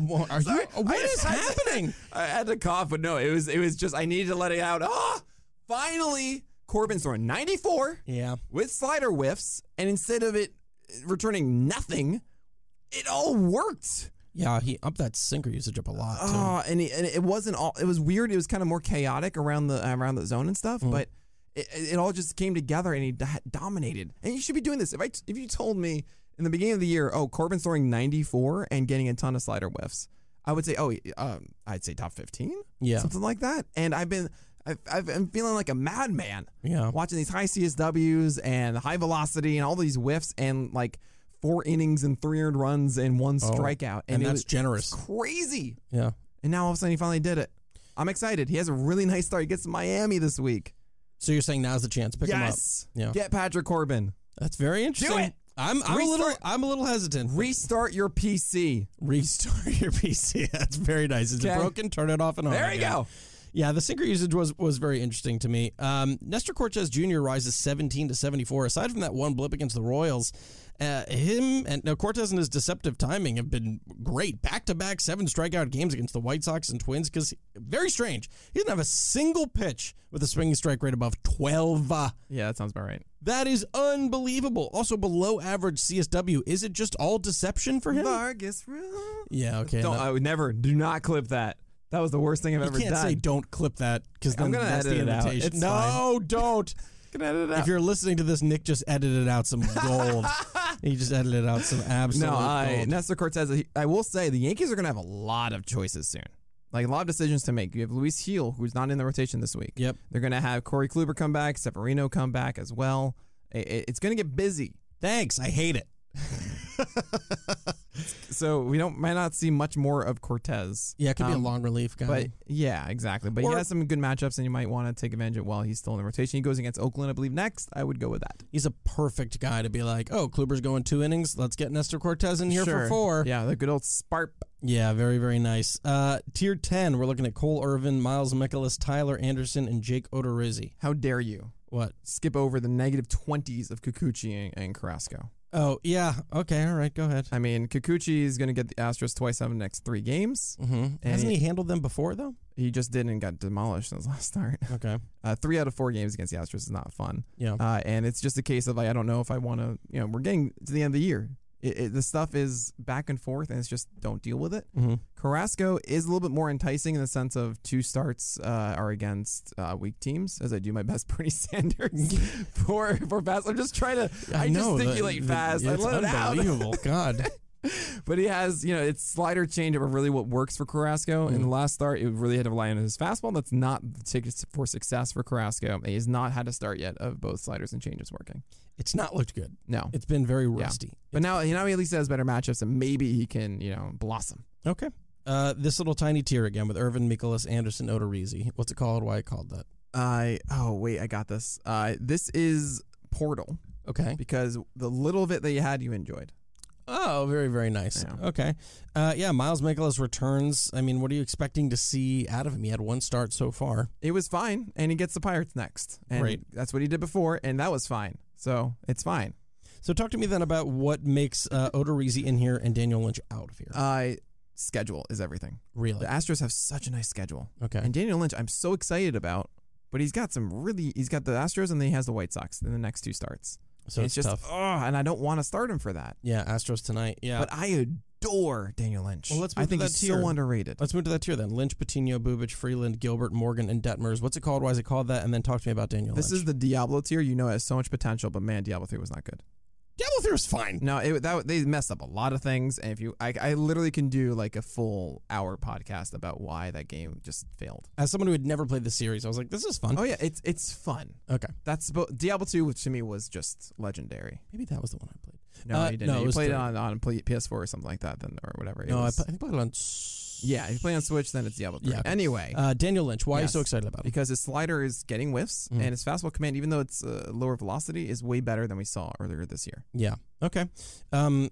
Speaker 1: Well, Are you,
Speaker 2: Sorry, I
Speaker 1: what
Speaker 2: just
Speaker 1: is
Speaker 2: had to-
Speaker 1: happening?
Speaker 2: [LAUGHS] I had to cough, but no, it was it was just I needed to let it out. Ah, finally, Corbin's throwing 94
Speaker 1: Yeah.
Speaker 2: with slider whiffs, and instead of it returning nothing, it all worked.
Speaker 1: Yeah, he upped that sinker usage up a lot, too.
Speaker 2: Oh, and, it, and it wasn't all. It was weird. It was kind of more chaotic around the around the zone and stuff, but. It, it all just came together and he d- dominated. And you should be doing this. If I if you told me in the beginning of the year, oh, Corbin's throwing 94 and getting a ton of slider whiffs, I would say, oh, um, I'd say top 15
Speaker 1: yeah.
Speaker 2: something like that. And I've been, I've, I've been feeling like a madman
Speaker 1: Yeah.
Speaker 2: watching these high CSWs and high velocity and all these whiffs and like four innings and three earned runs and one strikeout.
Speaker 1: Oh, And
Speaker 2: it
Speaker 1: that's
Speaker 2: was
Speaker 1: generous.
Speaker 2: crazy.
Speaker 1: Yeah.
Speaker 2: And now all of a sudden he finally did it. I'm excited. He has a really nice start. He gets to Miami this week.
Speaker 1: So you're saying now's the chance. Pick
Speaker 2: yes.
Speaker 1: him up. Yeah.
Speaker 2: Get Patrick Corbin.
Speaker 1: That's very interesting.
Speaker 2: it.
Speaker 1: I'm, I'm a little
Speaker 2: Restart-
Speaker 1: I'm a little hesitant.
Speaker 2: Restart your PC.
Speaker 1: Restart [LAUGHS] your PC. That's very nice. It's
Speaker 2: Okay.
Speaker 1: broken. Turn it off and on.
Speaker 2: There you
Speaker 1: again. Oh,
Speaker 2: go.
Speaker 1: Yeah, the sinker usage was was very interesting to me. Um, Nestor Cortez Jr. rises 17 to 74. Aside from that one blip against the Royals, uh, him and now Cortez and his deceptive timing have been great. Back to back seven strikeout games against the White Sox and Twins because very strange. He didn't have a single pitch with a swinging strike rate above 12. Uh,
Speaker 2: Yeah, that sounds about right.
Speaker 1: That is unbelievable. Also below average CSW. Is it just all deception for him?
Speaker 2: Vargas rule.
Speaker 1: Yeah. Okay.
Speaker 2: Don't,
Speaker 1: no.
Speaker 2: I would never, do not clip that. That was the worst thing I've
Speaker 1: you
Speaker 2: ever
Speaker 1: can't
Speaker 2: done.
Speaker 1: say don't clip that because
Speaker 2: I'm
Speaker 1: then
Speaker 2: gonna
Speaker 1: that's the
Speaker 2: edit it out.
Speaker 1: invitation.
Speaker 2: It's
Speaker 1: no, don't.
Speaker 2: Can edit it out.
Speaker 1: If you're listening to this, Nick just edited out
Speaker 2: [LAUGHS]
Speaker 1: some gold. he just edited out some absolute
Speaker 2: No, I,
Speaker 1: gold.
Speaker 2: Nestor Cortez. he- I will say the Yankees are going to have a lot of choices soon, like a lot of decisions to make. You have Luis Heel, who's not in the rotation this week.
Speaker 1: Yep.
Speaker 2: They're going to have Corey Kluber come back, Severino come back as well. I- I- It's going to get busy,
Speaker 1: Thanks. I hate it.
Speaker 2: so we don't might not see much more of Cortez.
Speaker 1: Yeah, it could be a
Speaker 2: Um,
Speaker 1: long relief guy.
Speaker 2: But yeah, exactly. But
Speaker 1: Or-
Speaker 2: he has some good matchups, and you might want to take advantage of while he's still in the rotation. He goes against Oakland, I believe, next. I would go with that.
Speaker 1: He's a perfect guy to be like, oh, Kluber's going two innings. Let's get Nestor Cortez in here for
Speaker 2: Sure.
Speaker 1: four.
Speaker 2: Yeah, the good old Sparp.
Speaker 1: Yeah, very, very nice. Uh, tier 10, we're looking at Cole Irvin, Miles Mikolas, Tyler Anderson, and Jake Odorizzi.
Speaker 2: How dare you
Speaker 1: What?
Speaker 2: skip over the negative twenties of Kikuchi and, and Carrasco?
Speaker 1: Oh, yeah. Okay. All right. Go ahead.
Speaker 2: I mean, Kikuchi is going to get the Astros twice out of the next three games.
Speaker 1: Mm-hmm. Hasn't he handled them before, though?
Speaker 2: He just did and got demolished in his [LAUGHS] last start.
Speaker 1: Okay.
Speaker 2: Uh, three out of four games against the Astros is not fun.
Speaker 1: Yeah.
Speaker 2: Uh, and it's just a case of, like, I don't know if I want to, you know, we're getting to the end of the year. It, it, the stuff is back and forth, and it's just don't deal with it.
Speaker 1: Mm-hmm.
Speaker 2: Carrasco is a little bit more enticing in the sense of two starts uh, are against uh, weak teams, as I do my [LAUGHS] best Bernie Sanders
Speaker 1: [LAUGHS]
Speaker 2: for, for fast. I'm just trying to, I,
Speaker 1: know,
Speaker 2: just
Speaker 1: the-
Speaker 2: articulate
Speaker 1: the-
Speaker 2: fast. I
Speaker 1: it's
Speaker 2: let it out.
Speaker 1: unbelievable. God.
Speaker 2: [LAUGHS] But he has, you know, it's slider changeup are really what works for Carrasco. In the last start, it really had to rely on his fastball. That's not the ticket for success for Carrasco. He has not had a start yet of both sliders and changeups working.
Speaker 1: It's not looked good.
Speaker 2: No.
Speaker 1: It's been very rusty.
Speaker 2: But now, you know, he at least has better matchups, and maybe he can, you know, blossom.
Speaker 1: Okay. Uh, this little tiny tier again with Irvin, Mikolas, Anderson, Odorizzi. What's it called? Why it called that?
Speaker 2: I oh wait, I got this. Uh, this is Portal
Speaker 1: Okay.
Speaker 2: because the little of it that you had, you enjoyed.
Speaker 1: Oh, very very nice.
Speaker 2: Yeah.
Speaker 1: Okay. Uh, yeah, Miles Mikolas returns. I mean, what are you expecting to see out of him? He had one start so far.
Speaker 2: It was fine, and he gets the Pirates next, and
Speaker 1: Right.
Speaker 2: that's what he did before, and that was fine. So it's fine.
Speaker 1: So talk to me then about what makes uh, Odorizzi in here and Daniel Lynch out of here.
Speaker 2: Uh, schedule is everything.
Speaker 1: really?
Speaker 2: The Astros have such a nice schedule.
Speaker 1: Okay.
Speaker 2: And Daniel Lynch, I'm so excited about, but he's got some really, he's got the Astros and then he has the White Sox in the next two starts.
Speaker 1: so
Speaker 2: And
Speaker 1: it's,
Speaker 2: it's, just,
Speaker 1: tough.
Speaker 2: oh, and I don't want to start him for that.
Speaker 1: yeah, Astros tonight. Yeah.
Speaker 2: But I adore Daniel Lynch.
Speaker 1: Well, let's
Speaker 2: I
Speaker 1: move to
Speaker 2: think
Speaker 1: that
Speaker 2: he's
Speaker 1: tier.
Speaker 2: so underrated.
Speaker 1: Let's move to that tier then. Lynch, Patino, Bubich, Freeland, Gilbert, Morgan, and Detmers. What's it called? Why is it called that? And then talk to me about Daniel.
Speaker 2: This is the Diablo tier. You know, it has so much potential, but man, Diablo three was not good.
Speaker 1: Diablo Three was fine.
Speaker 2: No, it, that they messed up a lot of things. And if you, I, I literally can do like a full hour podcast about why that game just failed.
Speaker 1: As someone who had never played the series, I was like, this is fun.
Speaker 2: Oh yeah, it's it's fun.
Speaker 1: Okay,
Speaker 2: That's bo- Diablo two, which to me was just legendary.
Speaker 1: maybe that was the one I played.
Speaker 2: No,
Speaker 1: Uh,
Speaker 2: you didn't.
Speaker 1: no, it
Speaker 2: you
Speaker 1: was
Speaker 2: played
Speaker 1: three.
Speaker 2: it on on P- PS4 or something like that, then or whatever. It
Speaker 1: no, I,
Speaker 2: was-
Speaker 1: pl- I think I played it on. S-
Speaker 2: yeah, if you play on Switch, then it's Diablo three.
Speaker 1: Yeah, okay.
Speaker 2: Anyway,
Speaker 1: Uh, Daniel Lynch. Why
Speaker 2: Yes.
Speaker 1: are you so excited about it?
Speaker 2: because his slider is getting whiffs
Speaker 1: Mhm.
Speaker 2: and his fastball command, even though it's uh, lower velocity, is way better than we saw earlier this year.
Speaker 1: Yeah. Okay. Um,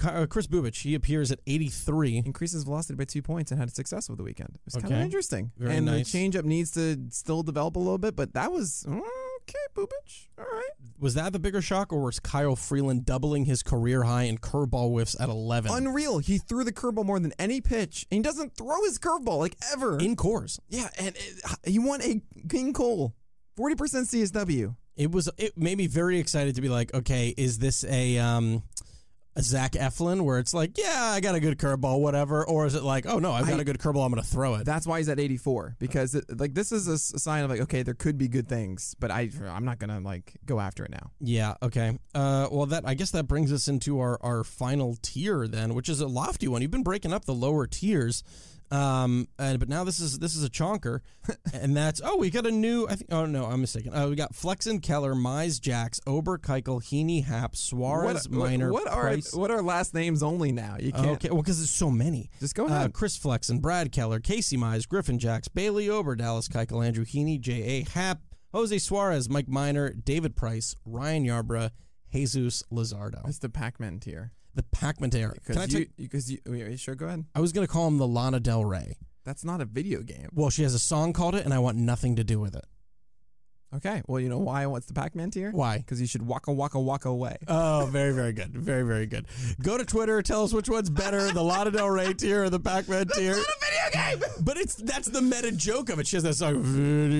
Speaker 1: Ki- uh, Chris Bubich. He appears at 83.
Speaker 2: Increases velocity by two points and had success over the weekend. It was kind
Speaker 1: Okay.
Speaker 2: of interesting.
Speaker 1: Very
Speaker 2: and
Speaker 1: nice.
Speaker 2: the changeup needs to still develop a little bit, but that was mm, okay, Bubich. All right.
Speaker 1: Was that the bigger shock, or was Kyle Freeland doubling his career high in curveball whiffs at 11
Speaker 2: Unreal. He threw the curveball more than any pitch, and he doesn't throw his curveball like ever.
Speaker 1: in cores?
Speaker 2: yeah, and it, he won a King Cole, forty percent CSW.
Speaker 1: It was. It made me very excited to be like, okay, is this a um, a Zach Eflin where it's like, yeah, I got a good curveball, whatever, or is it like, oh no, I've got
Speaker 2: I-
Speaker 1: a good curveball, I'm gonna throw it.
Speaker 2: That's why he's at 84 because it, like this is a s- a sign of like okay there could be good things but I I'm not gonna like go after it now.
Speaker 1: yeah. Okay. Uh, well, that I guess that brings us into our our final tier then, which is a lofty one. You've been breaking up the lower tiers. Um, and, but now this is this is a chonker, [LAUGHS] and that's oh we got a new I think oh no I'm mistaken uh, we got Flexen Keller Mize Jax Ober Keichel Heaney Hap Suarez Minor
Speaker 2: what are
Speaker 1: Price.
Speaker 2: what are last names only now? You can't
Speaker 1: Oh, okay well because there's so many
Speaker 2: just go
Speaker 1: Uh,
Speaker 2: ahead.
Speaker 1: Chris Flexen, Brad Keller, Casey Mize, Griffin Jacks, Bailey Ober, Dallas Keuchel, Andrew Heaney, J.A. Happ, Jose Suarez, Mike Miner, David Price, Ryan Yarbrough, Jesus Lizardo.
Speaker 2: That's the Pac-Man tier.
Speaker 1: The Pac-Man era. Can I
Speaker 2: Because you,
Speaker 1: take-
Speaker 2: because you, you, sure go ahead.
Speaker 1: I was going to call him the Lana Del Rey.
Speaker 2: That's not a video game.
Speaker 1: Well, she has a song called it, and I want nothing to do with it.
Speaker 2: Okay. Well, you know why I want the Pac-Man tier?
Speaker 1: Why?
Speaker 2: Because you should waka waka waka away.
Speaker 1: Oh, very, very good. Very, very good. Go to Twitter. Tell us which one's better, the Lana Del Rey tier or the Pac-Man tier.
Speaker 2: video game.
Speaker 1: But it's that's the meta joke of it. She has that song,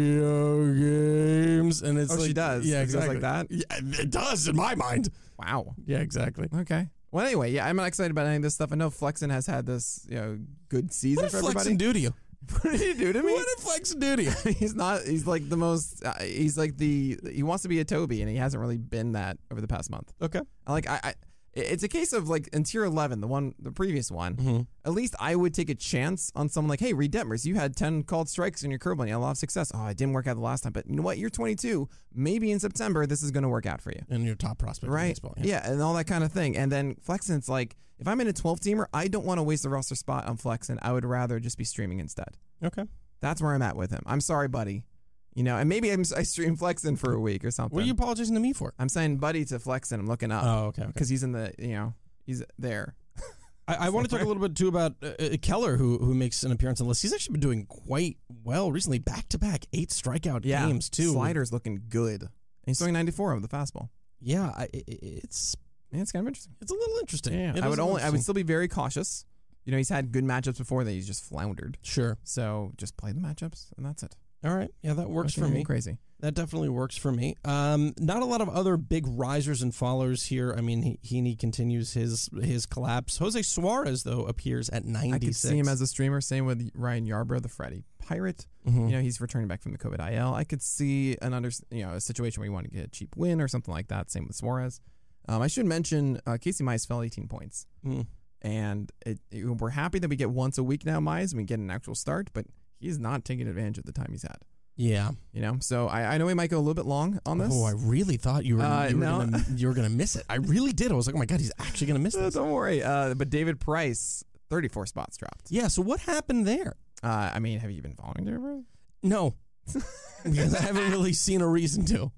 Speaker 1: video games, and it's
Speaker 2: Oh,
Speaker 1: like,
Speaker 2: she does?
Speaker 1: Yeah,
Speaker 2: It goes
Speaker 1: exactly
Speaker 2: like that?
Speaker 1: Yeah, it does in my mind.
Speaker 2: Wow.
Speaker 1: Yeah, exactly.
Speaker 2: Okay. Well, anyway, yeah, I'm not excited about any of this stuff. I know Flexen has had this, you know, good season
Speaker 1: What did
Speaker 2: for
Speaker 1: Flex
Speaker 2: everybody.
Speaker 1: and do to you?
Speaker 2: [LAUGHS] what did he do to me?
Speaker 1: What did Flex do to
Speaker 2: [LAUGHS]
Speaker 1: you?
Speaker 2: he's not. He's like the most. Uh, he's like the. He wants to be a Toby, and he hasn't really been that over the past month.
Speaker 1: Okay.
Speaker 2: Like I, I it's a case of like in tier eleven, the one, the previous one.
Speaker 1: Mhm.
Speaker 2: At least I would take a chance on someone like, hey, Reed Detmers, you had ten called strikes in your curveball, and you had a lot of success. Oh, it didn't work out the last time, but you know what? You're 22. Maybe in September, this is going to work out for you.
Speaker 1: And your top prospect, in
Speaker 2: Right.
Speaker 1: baseball,
Speaker 2: yeah. and all that kind of thing. And then Flexen's like, if I'm in a 12 teamer, I don't want to waste the roster spot on Flexen. I would rather just be streaming instead.
Speaker 1: Okay.
Speaker 2: That's where I'm at with him. I'm sorry, buddy. You know, and maybe I'm, I stream Flexen for a week or something.
Speaker 1: What are you apologizing to me for?
Speaker 2: I'm saying buddy to Flexen. I'm looking up
Speaker 1: Oh, okay. okay.
Speaker 2: because he's in the, you know, he's there.
Speaker 1: I, I want to talk a little bit too about uh, uh, Keller, who who makes an appearance on the list. He's actually been doing quite well recently, back to back eight strikeout games too.
Speaker 2: Slider's looking good. And he's throwing 94 of the fastball.
Speaker 1: Yeah, I, i- i it's
Speaker 2: Yeah, it's kind of interesting.
Speaker 1: it's a little interesting. It
Speaker 2: I
Speaker 1: is
Speaker 2: would
Speaker 1: a little
Speaker 2: only, I would
Speaker 1: interesting.
Speaker 2: still be very cautious. You know, he's had good matchups before that he's just floundered.
Speaker 1: sure.
Speaker 2: So just play the matchups and that's it.
Speaker 1: All right. Yeah, that works
Speaker 2: Nothing
Speaker 1: for me.
Speaker 2: Crazy.
Speaker 1: That definitely works for me. Um, not a lot of other big risers and followers here. I mean, he, Heaney continues his his collapse. Jose Suarez though appears at
Speaker 2: I
Speaker 1: ninety
Speaker 2: could
Speaker 1: six.
Speaker 2: see him as a streamer. Same with Ryan Yarbrough, the Freddy Pirate.
Speaker 1: Mm-hmm.
Speaker 2: You know, he's returning back from the COVID IL. I could see an under, you know, a situation where you want to get a cheap win or something like that. Same with Suarez. Um, I should mention uh, Casey Mize fell 18 points,
Speaker 1: Mm.
Speaker 2: and it, it- we're happy that we get once a week now Mize and we get an actual start, but he's not taking advantage of the time he's had.
Speaker 1: yeah.
Speaker 2: You know, so I, I know he might go a little bit long on this.
Speaker 1: Oh, I really thought you were
Speaker 2: Uh,
Speaker 1: you were
Speaker 2: no.
Speaker 1: gonna, you were gonna miss it. I really did. I was like, oh my god, he's actually gonna miss
Speaker 2: Uh,
Speaker 1: this.
Speaker 2: don't worry. Uh, but David Price, 34 spots dropped.
Speaker 1: Yeah. So what happened there?
Speaker 2: Uh, I mean, have you been following David Price?
Speaker 1: No, [LAUGHS] because I haven't really seen a reason to.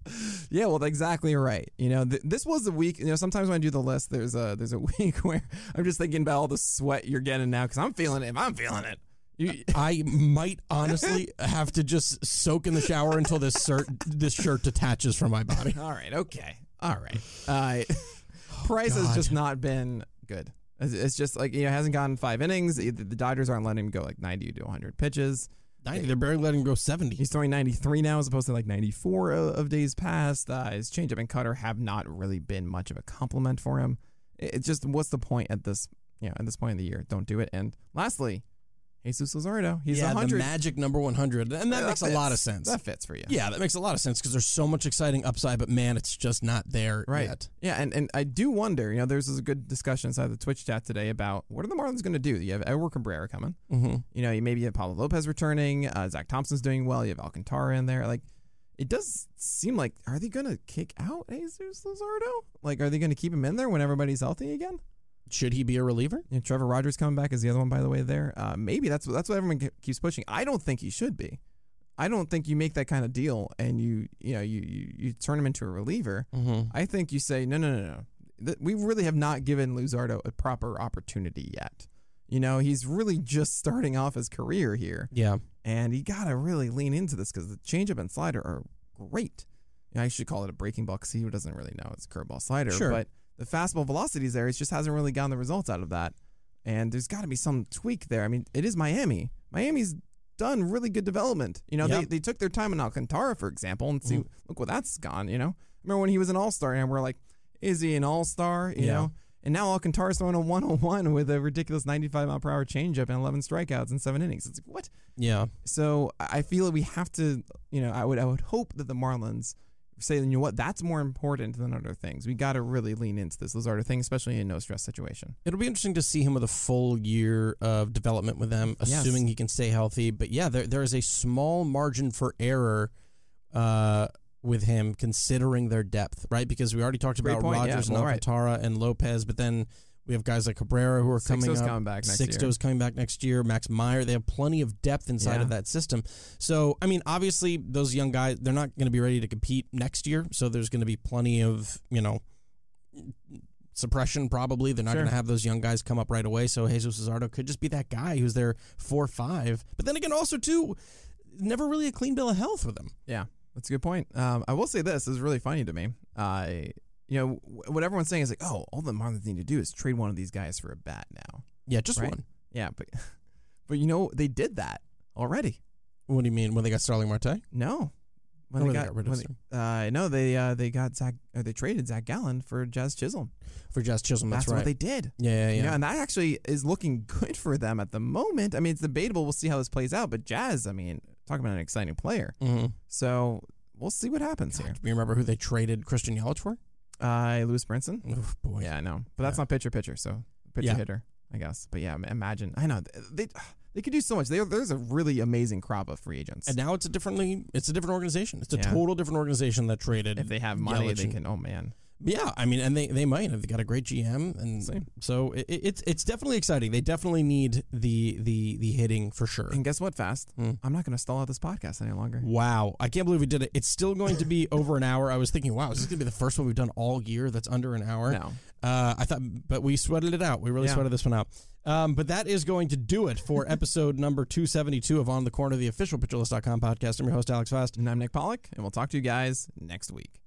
Speaker 2: Yeah, well, exactly right. You know, th- this was a week. You know, sometimes when I do the list, there's a there's a [LAUGHS] week where I'm just thinking about all the sweat you're getting now because I'm feeling it. If I'm feeling it. You, [LAUGHS]
Speaker 1: I might honestly have to just soak in the shower until this shirt this shirt detaches from my body.
Speaker 2: all right, okay. All right. Uh, [LAUGHS] Price has
Speaker 1: God.
Speaker 2: just not been good. It's, it's just like, you know, hasn't gone five innings. The the Dodgers aren't letting him go like 90 to 100 pitches.
Speaker 1: 90. They're barely letting him go 70.
Speaker 2: He's throwing 93 now as opposed to like 94 of, of days past. Uh, his changeup and cutter have not really been much of a compliment for him. It- It's just what's the point at this, you know, at this point in the year? Don't do it. And lastly, Jesus Lazardo. He's
Speaker 1: yeah,
Speaker 2: 100.
Speaker 1: the magic number 100. And that,
Speaker 2: That
Speaker 1: makes a lot of
Speaker 2: fits.
Speaker 1: sense.
Speaker 2: That fits for you.
Speaker 1: yeah, that makes a lot of sense because there's so much exciting upside, but man, it's just not there
Speaker 2: Right.
Speaker 1: yet.
Speaker 2: Yeah, and, and I do wonder, you know, there's this good discussion inside the Twitch chat today about what are the Marlins going to do? You have Edward Cabrera coming.
Speaker 1: Mm-hmm.
Speaker 2: You know, you maybe have Pablo Lopez returning. Uh, Zach Thompson's doing well. You have Alcantara in there. Like, it does seem like, are they going to kick out Jesus Lazardo? Like, are they going to keep him in there when everybody's healthy again?
Speaker 1: Should he be a reliever?
Speaker 2: You know, Trevor Rogers coming back is the other one, by the way, there. Uh, maybe that's, that's what everyone ke- keeps pushing. I don't think he should be. I don't think you make that kind of deal and you, you know, you, you, you turn him into a reliever.
Speaker 1: Mm-hmm.
Speaker 2: I think you say no, no, no, no. Th- We really have not given Luzardo a proper opportunity yet. You know, he's really just starting off his career here,
Speaker 1: Yeah.
Speaker 2: and you gotta really lean into this because the changeup and slider are great. You know, I should call it a breaking ball because he doesn't really know it's a curveball slider,
Speaker 1: Sure.
Speaker 2: but the fastball velocity's there. He just hasn't really gotten the results out of that, and there's got to be some tweak there. I mean, it is Miami. Miami's done really good development. You know, they,
Speaker 1: Yep. Mm-hmm.
Speaker 2: they took their time in Alcantara, for example, and see look well that's gone. You know, remember when he was an all star, and we're like, is he an all star? You
Speaker 1: Yeah.
Speaker 2: know, and now Alcantara's throwing a 101 with a ridiculous 95 mile per hour changeup and 11 strikeouts in seven innings. It's like what?
Speaker 1: Yeah.
Speaker 2: So I I feel that we have to, you know, I would I would hope that the Marlins say, you know what, that's more important than other things. We got to really lean into this Lazardo thing, especially in a no stress situation.
Speaker 1: It'll be interesting to see him with a full year of development with them,
Speaker 2: Yes.
Speaker 1: assuming he can stay healthy. But yeah, there, there is a small margin for error uh, with him, considering their depth, right? Because we already talked
Speaker 2: Great
Speaker 1: about
Speaker 2: point, yeah,
Speaker 1: Rogers
Speaker 2: well,
Speaker 1: and
Speaker 2: right.
Speaker 1: Alcantara and Lopez, but then we have guys like Cabrera who are coming
Speaker 2: Sixto's
Speaker 1: up.
Speaker 2: coming back next
Speaker 1: Sixto's
Speaker 2: year.
Speaker 1: coming back next year. Max Meyer. They have plenty of depth inside
Speaker 2: Yeah.
Speaker 1: of that system. So, I mean, obviously, those young guys, they're not going to be ready to compete next year. So, there's going to be plenty of, you know, suppression probably. They're not
Speaker 2: Sure.
Speaker 1: going to have those young guys come up right away. So, Jesus Cesardo could just be that guy who's there four or five. But then again, also, too, never really a clean bill of health with him.
Speaker 2: Yeah, that's a good point. Um, I will say this is really funny to me. Uh, you know, wh- what everyone's saying is like, oh, all the Marlins need to do is trade one of these guys for a bat now.
Speaker 1: Yeah, just
Speaker 2: Right.
Speaker 1: one.
Speaker 2: Yeah, but [LAUGHS] but you know they did that already.
Speaker 1: What do you mean when they got Starling Marte?
Speaker 2: No, when
Speaker 1: Or
Speaker 2: they
Speaker 1: they
Speaker 2: got,
Speaker 1: got rid of
Speaker 2: when they, uh, no, they uh, they got Zach or they traded Zach Gallen for Jazz Chisholm.
Speaker 1: For Jazz Chisholm, that's,
Speaker 2: That's,
Speaker 1: right.
Speaker 2: what they did.
Speaker 1: yeah, yeah,
Speaker 2: You
Speaker 1: yeah.
Speaker 2: know, and that actually is looking [LAUGHS] good for them at the moment. I mean, it's debatable. We'll see how this plays out. But Jazz, I mean, talk about an exciting player.
Speaker 1: Mhm.
Speaker 2: So we'll see what happens here.
Speaker 1: Do you remember who they traded Christian Yelich for?
Speaker 2: Uh, Lewis Brinson.
Speaker 1: Oh, boy.
Speaker 2: Yeah, I know. But that's not pitcher pitcher, so pitcher
Speaker 1: Yeah.
Speaker 2: hitter, I guess. But yeah, im- imagine. I know th- they [SIGHS] they could do so much. They, there's a really amazing crop of free agents.
Speaker 1: And now it's a differently, it's a different organization. It's a
Speaker 2: Yeah.
Speaker 1: total different organization that traded.
Speaker 2: if they have money,
Speaker 1: Yelich
Speaker 2: they
Speaker 1: and-
Speaker 2: can.
Speaker 1: [CLEARS THROAT]
Speaker 2: Oh man,
Speaker 1: Yeah, I mean, and they, they might have got a great GM, and
Speaker 2: Same.
Speaker 1: so it, it- it's it's definitely exciting. They definitely need the the the hitting for sure.
Speaker 2: and guess what? Fast.
Speaker 1: Mm.
Speaker 2: I'm not going to stall out this podcast any longer.
Speaker 1: Wow, I can't believe we did it. It's still going to be [LAUGHS] over an hour. I was thinking, wow, is this going to be the first one we've done all year that's under an hour?
Speaker 2: No.
Speaker 1: Uh, I thought, but we sweated it out. We really
Speaker 2: Yeah.
Speaker 1: sweated this one out. Um, but that is going to do it
Speaker 2: [LAUGHS]
Speaker 1: for episode number 272 of On the Corner, the official pitcherlist.com podcast. I'm your host, Alex Fast.
Speaker 2: And I'm Nick Pollock, and we'll talk to you guys next week.